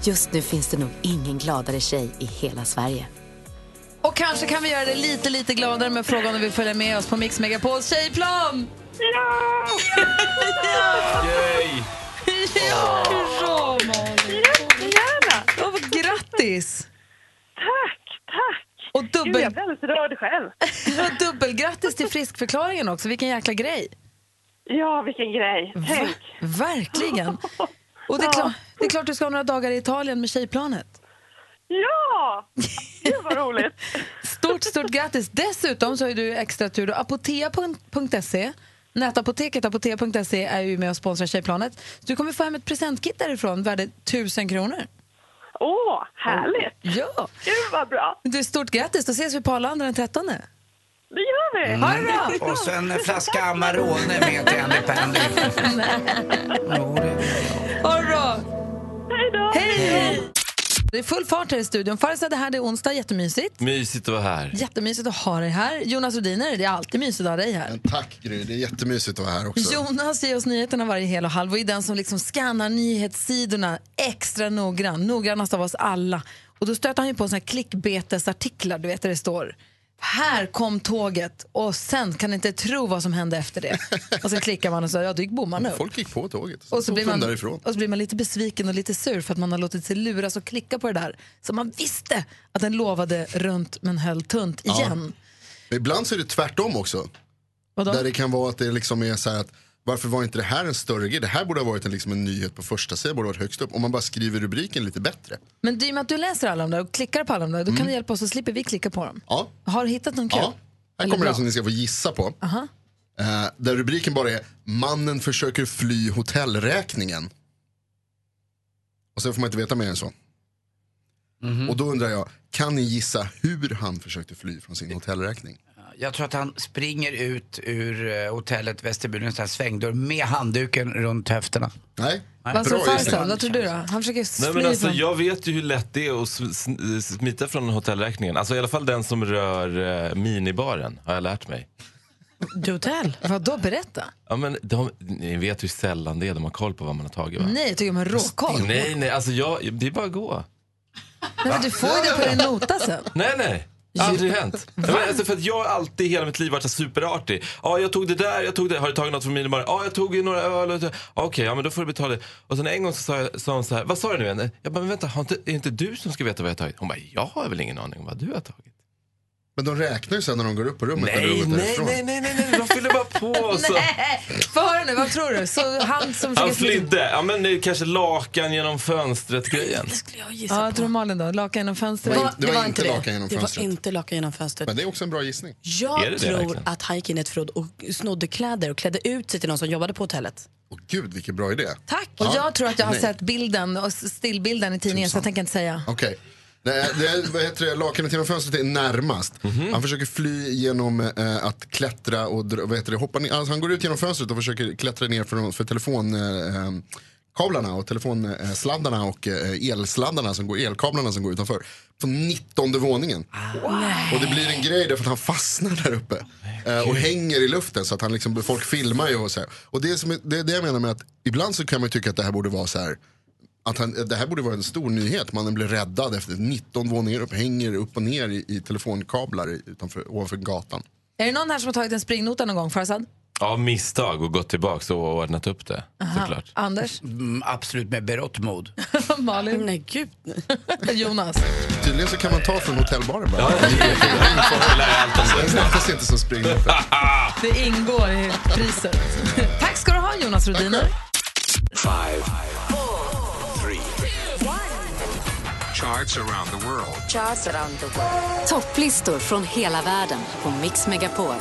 M: Just nu finns det nog ingen gladare tjej i hela Sverige.
A: Och kanske kan vi göra det lite, lite gladare med frågan om du vill följa med oss på Mix Megapols tjejplan!
R: Ja!
K: Yay!
A: ja! Hurra, Malin!
R: Jättegärna!
A: Ja, vad grattis!
R: Tack, tack!
A: Och
R: Gud, jag
A: dubbel...
R: blir alldeles rörd själv.
A: Och dubbelgrattis till friskförklaringen också. Vilken jäkla grej!
R: Ja, vilken grej. Tänk. <laughs>
A: Verkligen! Och det är, klart, det är klart du ska ha några dagar i Italien med tjejplanet.
R: Ja! Gud vad roligt.
A: Stort, stort grattis! Dessutom så är du extra tur. då. Apotea.se, nätapoteket apotea.se är ju med och sponsrar Tjejplanet. Så du kommer få hem ett presentkit därifrån värde 1000 kronor.
R: Åh, härligt!
A: Ja!
R: Gud vad bra!
A: Du, stort grattis! Då ses vi på Arlanda den 13.
R: Det gör vi!
A: Ha det bra!
C: Mm. Och så en flaska Amarone med till Andy Pandy.
A: Ha det bra!
R: Hej då!
A: Hej! Det är full fart här i studion. Fares det här, det är onsdag, jättemysigt.
K: Mysigt att vara här.
A: Jättemysigt att ha dig här. Jonas Rhodiner, det är alltid mysigt att ha dig här.
S: Tack Gry, det är jättemysigt att vara här också.
A: Jonas ger oss nyheterna varje hel och halv och är den som liksom scannar nyhetssidorna extra noggrann, noggrannast av oss alla. Och då stöter han ju på såna här klickbetesartiklar, du vet där det står här kom tåget och sen kan ni inte tro vad som hände efter
S: <laughs>
A: det. Och sen klickar man och så ja, då gick bommarna upp.
S: Folk gick på tåget.
A: Och så, blir man,
S: därifrån.
A: och så blir man lite besviken och lite sur för att man har låtit sig luras och klicka på det där. Så man visste att den lovade runt men höll tunt
S: Ja.
A: igen.
S: Men Ibland så är det tvärtom också.
A: Vadå?
S: Där det kan vara att det liksom är så här att varför var inte det här en större grej? Det här borde ha varit en, liksom en nyhet på första sidan, borde ha varit högst upp. Om man bara skriver rubriken lite bättre.
A: Men i och med att du läser alla de där och klickar på alla de där, då kan
S: Mm.
A: du hjälpa oss så slipper vi klicka på dem.
S: Ja.
A: Har du hittat någon kul?
S: Ja. Här
A: Eller
S: kommer
A: bra?
S: den som ni ska få gissa på.
A: Aha.
S: Eh, där rubriken bara är “Mannen försöker fly hotellräkningen”. Och sen får man inte veta mer än så. Och då undrar jag, kan ni gissa hur han försökte fly från sin hotellräkning?
C: Jag tror att han springer ut ur eh, hotellet, vestibulens där svängdörr, med handduken runt höfterna.
S: Nej.
A: Vad sa farsan? Vad tror du då? Han försöker
K: Nej,
A: fly
K: men alltså,
A: från...
K: jag vet ju hur lätt det är att sm- sm- smita från hotellräkningen. Alltså, I alla fall den som rör eh, minibaren, har jag lärt mig.
A: Du hotell? Vadå, berätta.
K: Ja, men de, ni vet hur sällan det är de har koll på vad man har tagit, va?
A: Nej, jag tycker man råkoll. Nej,
K: Nej, nej, alltså jag, det är bara att gå.
A: men du får ju det på din nota sen.
K: Nej, nej. Aldrig hänt. Nej, men Alltså för att jag har alltid i hela mitt liv varit så superartig. Ja, jag tog det där, jag tog det. Har du tagit något från minibaren? Ja, jag tog ju några öl. och- Okej, ja men då får du betala det. Och sen en gång så sa, jag, sa hon så här, vad sa du nu igen? Jag bara, men vänta, har inte, är det inte du som ska veta vad jag har tagit? Hon bara, jag har väl ingen aning om vad du har tagit?
S: Men de räknar ju sen när de går upp på rummet.
K: Nej,
S: när rummet är
K: nej,
S: därifrån.
K: nej, nej, nej, nej, de fyller
A: <laughs>
K: bara på. Så.
A: Nej, få höra nu, vad tror du? Så han som
K: Han
A: försöker fly...
K: flydde. Ja, men det är kanske lakan genom fönstret-grejen.
A: Ja, jag tror Malin då. Lakan genom fönstret.
S: Det var- det var inte lakan genom
B: det var
S: fönstret.
B: inte lakan genom fönstret.
S: Men det är också en bra gissning.
B: Jag
S: Är det det
B: tror
S: verkligen?
B: att han gick in i ett förråd och snodde kläder och klädde ut sig till någon som jobbade på hotellet.
S: Gud, vilken bra idé.
A: Tack! Och
S: Ja.
A: jag tror att jag har
S: Nej.
A: sett bilden och stillbilden i tidningen så jag tänker inte säga.
S: Okej. Nej, det är, vad heter det, lakanet genom fönstret är närmast. Han försöker fly genom eh, att klättra och dra- vad heter det, hoppa ner. Alltså, han går ut genom fönstret och försöker klättra ner för, för telefonkablarna eh, kablarna och telefonsladdarna och eh, elsladdarna som går, elkablarna som går utanför. På 19 våningen. Och det blir en grej därför att han fastnar där uppe. Eh, och hänger i luften så att han liksom, folk filmar ju och så här. Och det, som, är- det är det jag menar med att ibland så kan man ju tycka att det här borde vara så här. Att han, det här borde vara en stor nyhet. Mannen blir räddad efter 19 våningar upp. Hänger upp och ner i, i telefonkablar i- utanför, ovanför gatan.
A: Är det någon här som har tagit en springnota någon gång, Farzad?
K: Av misstag och gått tillbaka och ordnat upp det.
A: Aha.
K: Såklart.
A: Anders? <laughs>
C: absolut med berått mod.
A: Malin? Nej, gud. <laughs> Jonas?
S: Tydligen så kan man ta från hotellbaren bara. Ja, <laughs> det räknas inte som springlopp.
A: <laughs> Det ingår i priset. Tack ska du ha, Jonas Rhodiner.
T: Five, three, charts around the world.
M: Topplistor från hela världen på Mix Megapol.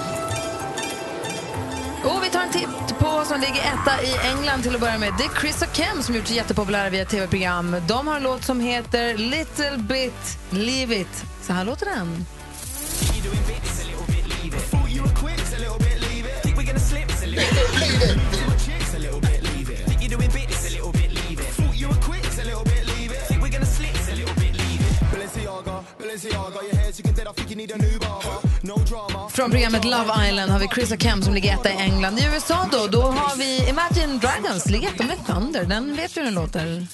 A: Och vi tar en titt på vad som ligger etta i England till att börja med. Det är Chris och Kem som gjort sig jättepopulära via tv-program. De har en låt som heter Little Bit Leave It. Så här låter den. Från programmet Love Island har vi Chris och Kem som ligger etta i England. I USA då, då har vi Imagine Dragons ligger etta med Thunder. Den vet du hur den låter.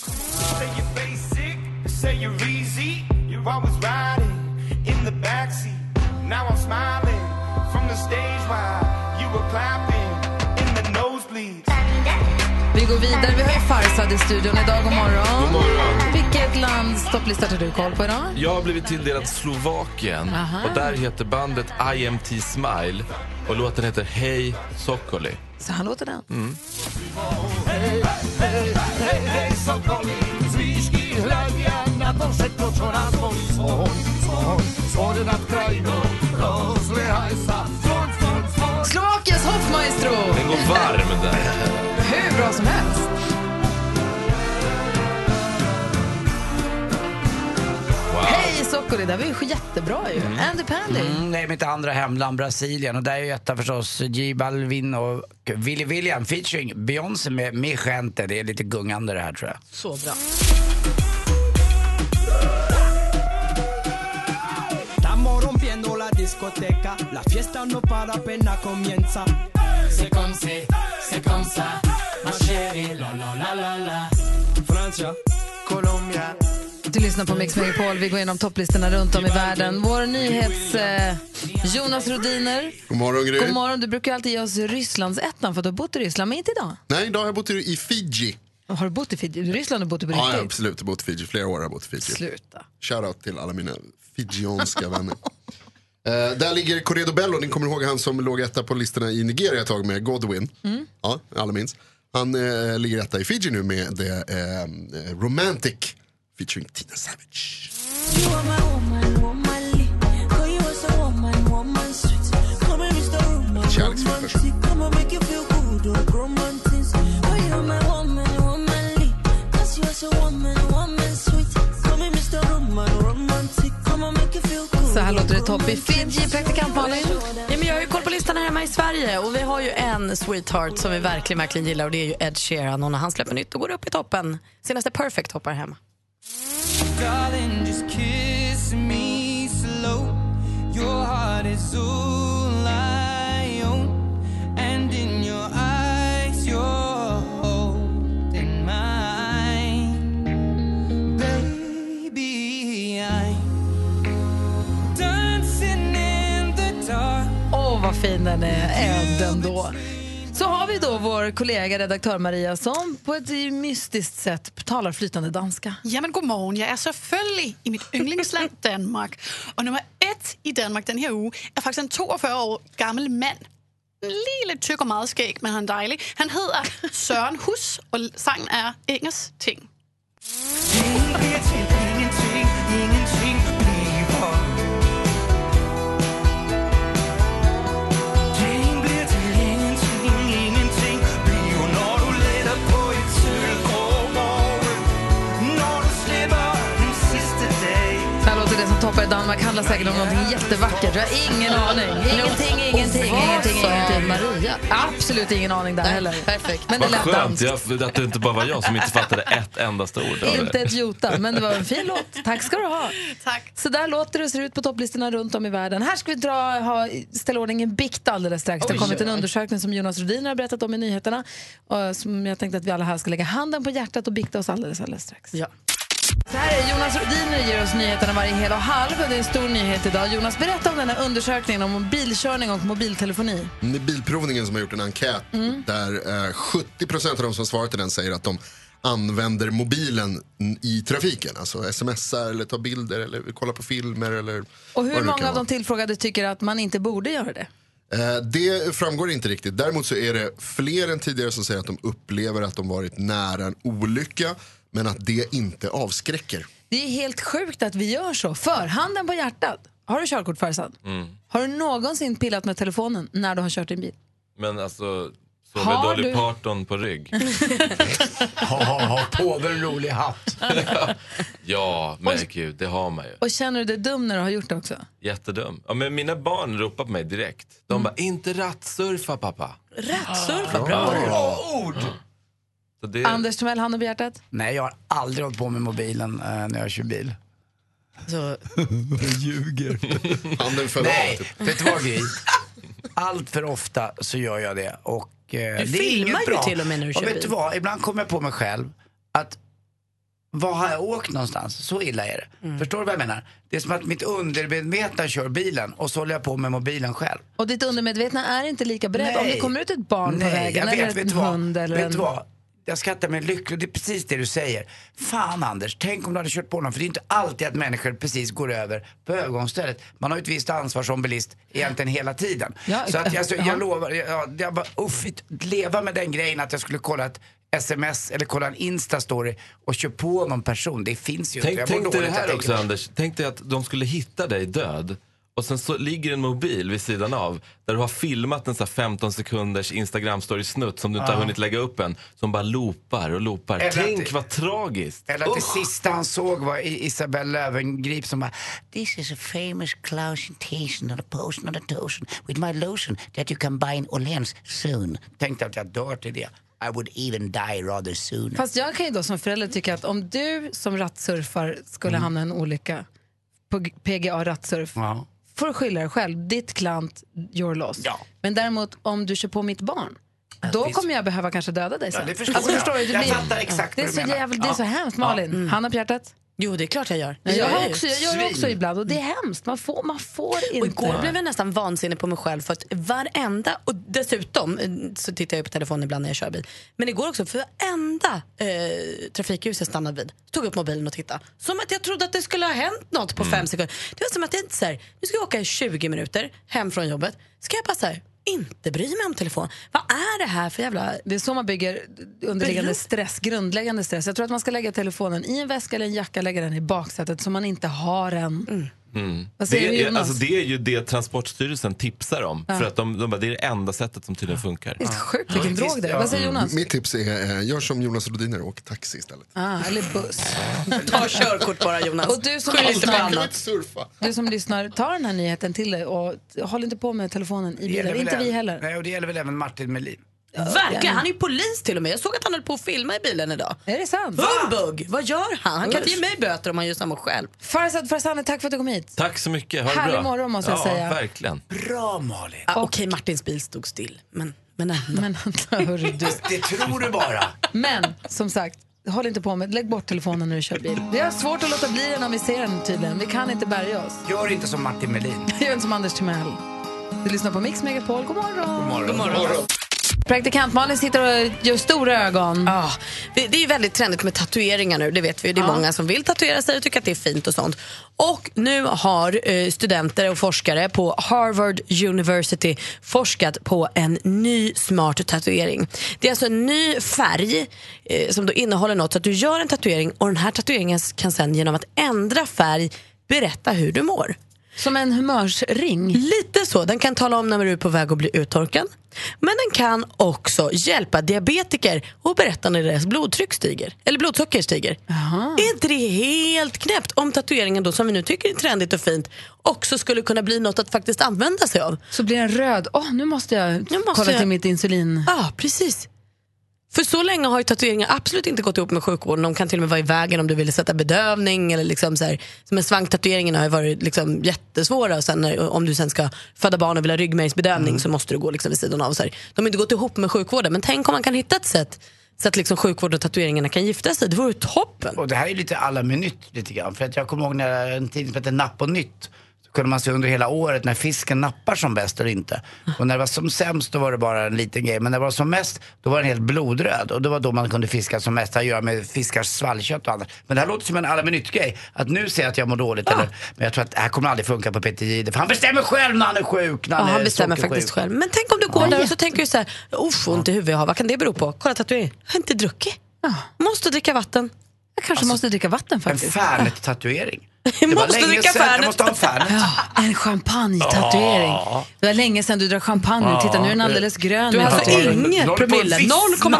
I: Say you're easy, you're always riding in the backseat. Now I'm smiling from the stage while you were clapping in the nosebleeds.
A: Vi går vidare. Vi har ju Farsad i studion idag. God morgon. God morgon. Vilket lands topplista tar du koll på idag?
K: Jag har blivit tilldelad Slovakien
A: Aha.
K: och där heter bandet IMT Smile och låten heter Hej Soccoli.
A: Så här låter den.
K: Mm.
I: Hej, hej, Sokoli, zvižky hľadia na to všetko, čo nás bolí. Zvoň, zvoň, zvoň nad krajinou, rozliehaj sa. Zvoň, zvoň, zvoň.
A: Slovakiens hoffmaestro!
K: Den går varm där.
A: Hur bra som helst. Hej Soccoli, det var ju jättebra ju. Andy Pandy.
C: Mm, det är mitt andra hemland Brasilien och där är ju etta förstås J Balvin och Willy William featuring Beyoncé med Mi Gente. Det är lite gungande det här tror jag.
B: Så bra.
U: Estamos rompiendo la discoteca, la fiesta no para pena comienza. C'est comme c'est, c'est comme ça, ma chérie, la la la la la. Francia, Colombia.
A: Du lyssnar på Mix Megapol. Vi går igenom topplistorna runt om i världen. Vår nyhets... Eh, Jonas Rodiner.
S: God morgon, Gry.
A: God morgon. Du brukar ju alltid ge oss Rysslandsettan för att du har bott i Ryssland, men inte idag.
S: Nej, idag har jag bott i i Fiji.
A: Har du bott i Fiji? Ryssland har du bott i på
S: Ja, ja,
A: riktigt?
S: absolut. Jag har bott i Fiji. Flera år har jag bott i Fiji.
A: Sluta.
S: Shoutout till alla mina fijianska vänner. Eh, där ligger Corredo Bello, ni kommer ihåg han som låg etta på listorna i Nigeria ett tag med Godwin.
I: Mm.
S: Ja, alla minns. Han eh, ligger etta i Fiji nu med det, eh, eh, Romantic featuring Tina Savage.
I: oh,
A: Så här låter det topp i Fiji, praktikant Malin.
B: Ja, men jag har ju koll på listan här hemma i Sverige och vi har ju en sweetheart som vi verkligen, verkligen gillar och det är ju Ed Sheeran och när han släpper nytt då går det upp i toppen. Senaste Perfect hoppar hem.
I: Darling, just kiss me slow. Your heart is all I own, and in your eyes, you're holding mine, baby. I'm dancing in the dark.
A: Åh, vad fin den är, Ed ändå. Så har vi då vår kollega redaktör Maria som på ett mystiskt sätt talar flytande danska.
V: Ja, men god morgen. Jeg er selvfølgelig i mit yndlingsland Danmark. Og nummer ett i Danmark den her uge er faktisk en 42 år gammel mand. Lige lidt tyk og meget skæg, men han er dejlig. Han hedder Søren Hus, og sangen er Ingers Ting.
I: Ingenting, ingenting bliver. Ting bliver til ingenting, ingenting bliver, når du letter på et sølvgrå morgen. Når du slipper den sidste dag.
A: Så här låter det som toppar i Danmark. Handlar säkert om någonting jättevackert. Jag har ingen aning. Ingenting, ingenting, ingenting, ingenting. Maria. Absolut ingen aning där heller. Perfekt. Men det
K: Vad
A: lät
K: skönt
A: danskt.
K: jag, att det inte bara var jag som inte fattade ett endaste ord. av det.
A: Inte ett jota, men det var en fin låt. Tack ska du ha. Tack. Så där låter det och ser ut på topplistorna runt om i världen. Här ska vi dra, ha, ställa ordningen bikt alldeles strax. Det har
W: Oj.
A: kommit en undersökning som Jonas Rhodin har berättat om i nyheterna. Och som jag tänkte att vi alla här ska lägga handen på hjärtat och bikta oss alldeles, alldeles strax. Ja. Så här är Jonas Rhodiner ger oss nyheterna varje hel och halv. Det är en stor nyhet idag. Jonas, berätta om den här undersökningen om bilkörning och mobiltelefoni.
S: Det är Bilprovningen som har gjort en enkät
A: Mm.
S: där eh, 70% av de som svarat i den säger att de använder mobilen n- i trafiken. Alltså smsar eller tar bilder eller kollar på filmer eller
A: Och
S: vad det
A: hur
S: nu kan
A: många av
S: vara.
A: de tillfrågade tycker att man inte borde göra det?
S: Eh, Det framgår inte riktigt. Däremot så är det fler än tidigare som säger att de upplever att de varit nära en olycka, men att det inte avskräcker.
A: Det är helt sjukt att vi gör så. Förhanden på hjärtat. Har du körkort, Farzad?
C: Mm.
K: Mm.
A: Har du någonsin pillat med telefonen när du har kört din bil?
K: Men alltså, så med
A: Har
K: Dolly
A: du-
K: Parton
A: <laughs>
K: på rygg.
C: Har ha, ha påven rolig hatt?
K: <laughs> Ja, men gud, det har man ju.
A: Och känner du dig dum när du har gjort det också?
K: Jättedum. Ja, men mina barn ropar på mig direkt. De
A: Mm.
K: bara, inte rattsurfa pappa.
A: Rattsurfa,
C: ord!
K: Så det...
A: Anders Timell, handen på hjärtat.
C: Nej, jag har aldrig hållit på med mobilen eh, när jag kör bil.
A: Så...
C: Jag ljuger.
S: Handen föll
C: Nej, vet du vad Gry? Allt för ofta så gör jag det. Och, eh, det är
B: filmar
C: inget
B: ju
C: bra.
B: till och med när du kör
C: vet
B: bil.
C: du vad? Ibland kommer jag på mig själv att var har jag åkt någonstans? Så illa är det.
B: Mm.
C: Förstår du vad jag menar? Det är som att mitt undermedvetna kör bilen och så håller jag på med mobilen själv.
A: Och ditt undermedvetna är inte lika beredd. Om det
C: Nej.
A: kommer ut ett barn på vägen
C: jag
A: eller
C: du
A: en
C: vad?
A: hund eller
C: vet
A: en...
C: du vad? Jag skrattar mig lycklig, det är precis det du säger. Fan Anders, tänk om du hade kört på någon, för det är inte alltid att människor precis går över på övergångsstället. Man har ju ett visst ansvar som bilist egentligen hela tiden.
I: Ja,
C: så att jag, så,
I: ja.
C: jag lovar, jag, jag bara, uff, leva med den grejen att jag skulle kolla ett sms eller kolla en instastory och köra på någon person, det finns ju
K: Tänk,
C: inte. Jag mår
K: tänk dig
C: dåligt,
K: det
C: jag
K: här
C: tänker
K: också
C: på det.
K: Anders. Tänk dig att de skulle hitta dig död och sen så ligger en mobil vid sidan av där du har filmat en så här 15 sekunders instagram story snutt som du inte
C: Ja.
K: har hunnit lägga upp än. Som bara loopar och loopar.
C: Eller att
K: Tänk
C: det-
K: vad tragiskt.
C: Eller att det
K: Usch.
C: sista han såg var I- Isabelle Löwengrip som bara This is a famous clausentation, not a potion, not a totion with my lotion that you can buy in Åhléns soon. Tänkte att jag dör till det. I would even die rather soon.
A: Fast jag kan ju då som förälder tycka att om du som rattsurfar skulle
B: Mm.
A: hamna i en olycka på G- PGA rattsurf
C: Ja.
A: får du skylla dig själv. Ditt klant, your loss. Men däremot om du kör på mitt barn då
C: visst.
A: kommer jag behöva kanske döda dig
C: Ja,
A: sen.
C: det förstår
A: alltså,
C: jag.
A: förstår du, det
C: Jag
A: blir-
C: fattar exakt
A: det är
C: vad du
A: så
C: menar.
A: jävligt, Det är så
C: Ja.
A: hemskt. Malin, handen på hjärtat?
B: Mm. Jo, det är klart jag gör.
A: Jag,
B: gör
A: har
B: ju.
A: också, jag gör det också
B: Svin. Mm.
A: ibland och det är hemskt. Man får, man får inte.
B: Och igår blev jag nästan vansinnig på mig själv för att varenda, och dessutom eh, så tittar jag på telefonen ibland när jag kör bil, men igår också för varenda eh, trafikljus jag stannade vid tog upp mobilen och tittade. Som att jag trodde att det skulle ha hänt något på
C: Mm.
B: fem sekunder. Det var som att jag inte så här, nu ska jag åka i 20 minuter hem från jobbet, ska jag bara så här, inte bry mig om telefon. Vad är det här för jävla...
A: Det är så man bygger underliggande stress, grundläggande stress. Jag tror att man ska lägga telefonen i en väska eller en jacka, lägga den i baksätet så man inte har den.
K: Mm.
A: Vad säger
K: det,
A: du,
K: är,
A: Jonas?
K: alltså, det är ju det Transportstyrelsen tipsar om.
A: Ja.
K: För att de, de bara, det är det enda sättet som tydligen funkar.
A: Visst sjukt vilken drog det är. Vad säger Jonas?
S: Mm, Mitt tips är, eh, gör som Jonas Rhodiner, åk taxi istället.
A: Ah, eller buss.
B: Ta körkort bara Jonas.
A: Och du som,
B: Skyll inte på
A: lyssnar,
B: annat.
S: surfa.
A: du som lyssnar, ta den här nyheten till dig och t- håll inte på med telefonen i
C: Det
A: bilen.
C: gäller väl
A: Inte vi
C: även-
A: heller.
C: Nej, och det gäller väl även Martin Melin.
B: Verkligen, han är ju polis till och med. Jag såg att han höll på att filma i bilen idag.
A: Är det sant?
B: Humbug! Vad gör han? Han kan inte ge
A: Usch.
B: mig böter om han gör samma själv.
A: Farzad Farzani, tack för att du kom hit.
K: Tack så mycket. Ha det
A: Härlig
K: bra.
A: morgon, måste jag
K: ja,
A: säga.
K: verkligen.
C: Bra Malin.
B: Ah, Okej, Martins bil stod still. Men, men ändå.
A: Men hörru du.
C: Det tror du bara.
A: Men som sagt, håll inte på med Lägg bort telefonen när du kör bil. Vi har svårt att låta bli den om vi ser den tydligen. Vi kan inte bärga oss.
C: Gör inte som Martin Melin.
A: Gör inte som Anders Timell. Du lyssnar på Mix Megapol. God morgon.
C: morgon.
B: God morgon.
A: Praktikant Malin sitter och Eh, gör stora ögon.
B: Ja, det, det är ju väldigt trendigt med tatueringar nu, det vet vi. Det är många som vill tatuera sig och tycker att det är fint och sånt. Och nu har eh, studenter och forskare på Harvard University forskat på en ny smart tatuering. Det är alltså en ny färg eh, som då innehåller något så att du gör en tatuering och den här tatueringen kan sen genom att ändra färg berätta hur du mår.
A: Som en humörsring?
B: Lite så. Den kan tala om när du är på väg att bli uttorkad. Men den kan också hjälpa diabetiker och berätta när deras blodtryck stiger. Eller blodsocker stiger. Är inte det helt knäppt om tatueringen då som vi nu tycker är trendigt och fint också skulle kunna bli något att faktiskt använda sig av?
A: Så blir den röd. Åh, nu måste jag
B: måste
A: kolla
B: jag-
A: till mitt insulin.
B: Ja, precis. För så länge har ju tatueringar absolut inte gått ihop med sjukvården. De kan till och med vara i vägen om du vill sätta bedövning. Eller liksom så här. Som en svanktatueringen har ju varit liksom jättesvåra. Och sen när, om du sen ska föda barn och vill ha ryggmärgsbedövning
A: Mm.
B: så måste du gå liksom vid sidan av. Så här. De har inte gått ihop med sjukvården. Men tänk om man kan hitta ett sätt så att liksom sjukvård och tatueringarna kan gifta sig. Det vore toppen.
C: Och det här är lite alla med nytt lite grann. För att jag kommer ihåg när en tidning som hette Napp och Nytt så kunde man se under hela året när fisken nappar som bäst eller inte. Och när det var som sämst då var det bara en liten grej. Men när det var som mest då var den helt blodröd. Och det var då man kunde fiska som mest. Det har att göra med fiskars svallkött och annat. Men det här låter som en alla minut-grej. Att nu ser jag att jag mår dåligt. Eller,
B: Ah.
C: men jag tror att det här kommer aldrig funka på Peter Jihde. För han bestämmer själv när han är sjuk. När
B: Ja,
C: är
B: han bestämmer
C: sockersjuk.
B: faktiskt själv. Men tänk om du går där och så tänker du så här, usch ont i huvudet jag har, vad kan det bero på? Kolla tatueringen, jag har inte druckit. Måste dricka vatten. Alltså-
A: Jag kanske måste dricka vatten
C: En
A: faktiskt.
B: <laughs>
C: Fernet-tatuering.
B: Jag måste dricka Fernet.
C: Jag måste ha en Fernet.
A: Ja, en champagne-tatuering.
C: Ja.
A: Det var länge sedan du drack champagne. nu. Titta, nu är den alldeles grön.
B: Du har
A: i
B: alltså
A: tatueringen.
B: ingen promille. 0,000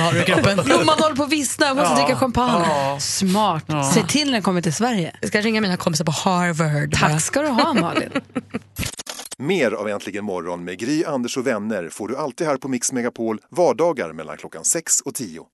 B: har du
A: <laughs>
B: i kroppen.
A: Jo, man håller på att vissna. Jag måste
B: Ja.
A: dricka champagne.
B: Ja.
A: Smart.
B: Ja.
A: Se till när den kommer till Sverige.
B: Jag ska ringa mina kompisar på Harvard.
A: Tack ska du ha, Malin.
L: Mer av Äntligen morgon med Gry, Anders och vänner får du alltid här på Mix Megapol vardagar mellan klockan 6 och 10.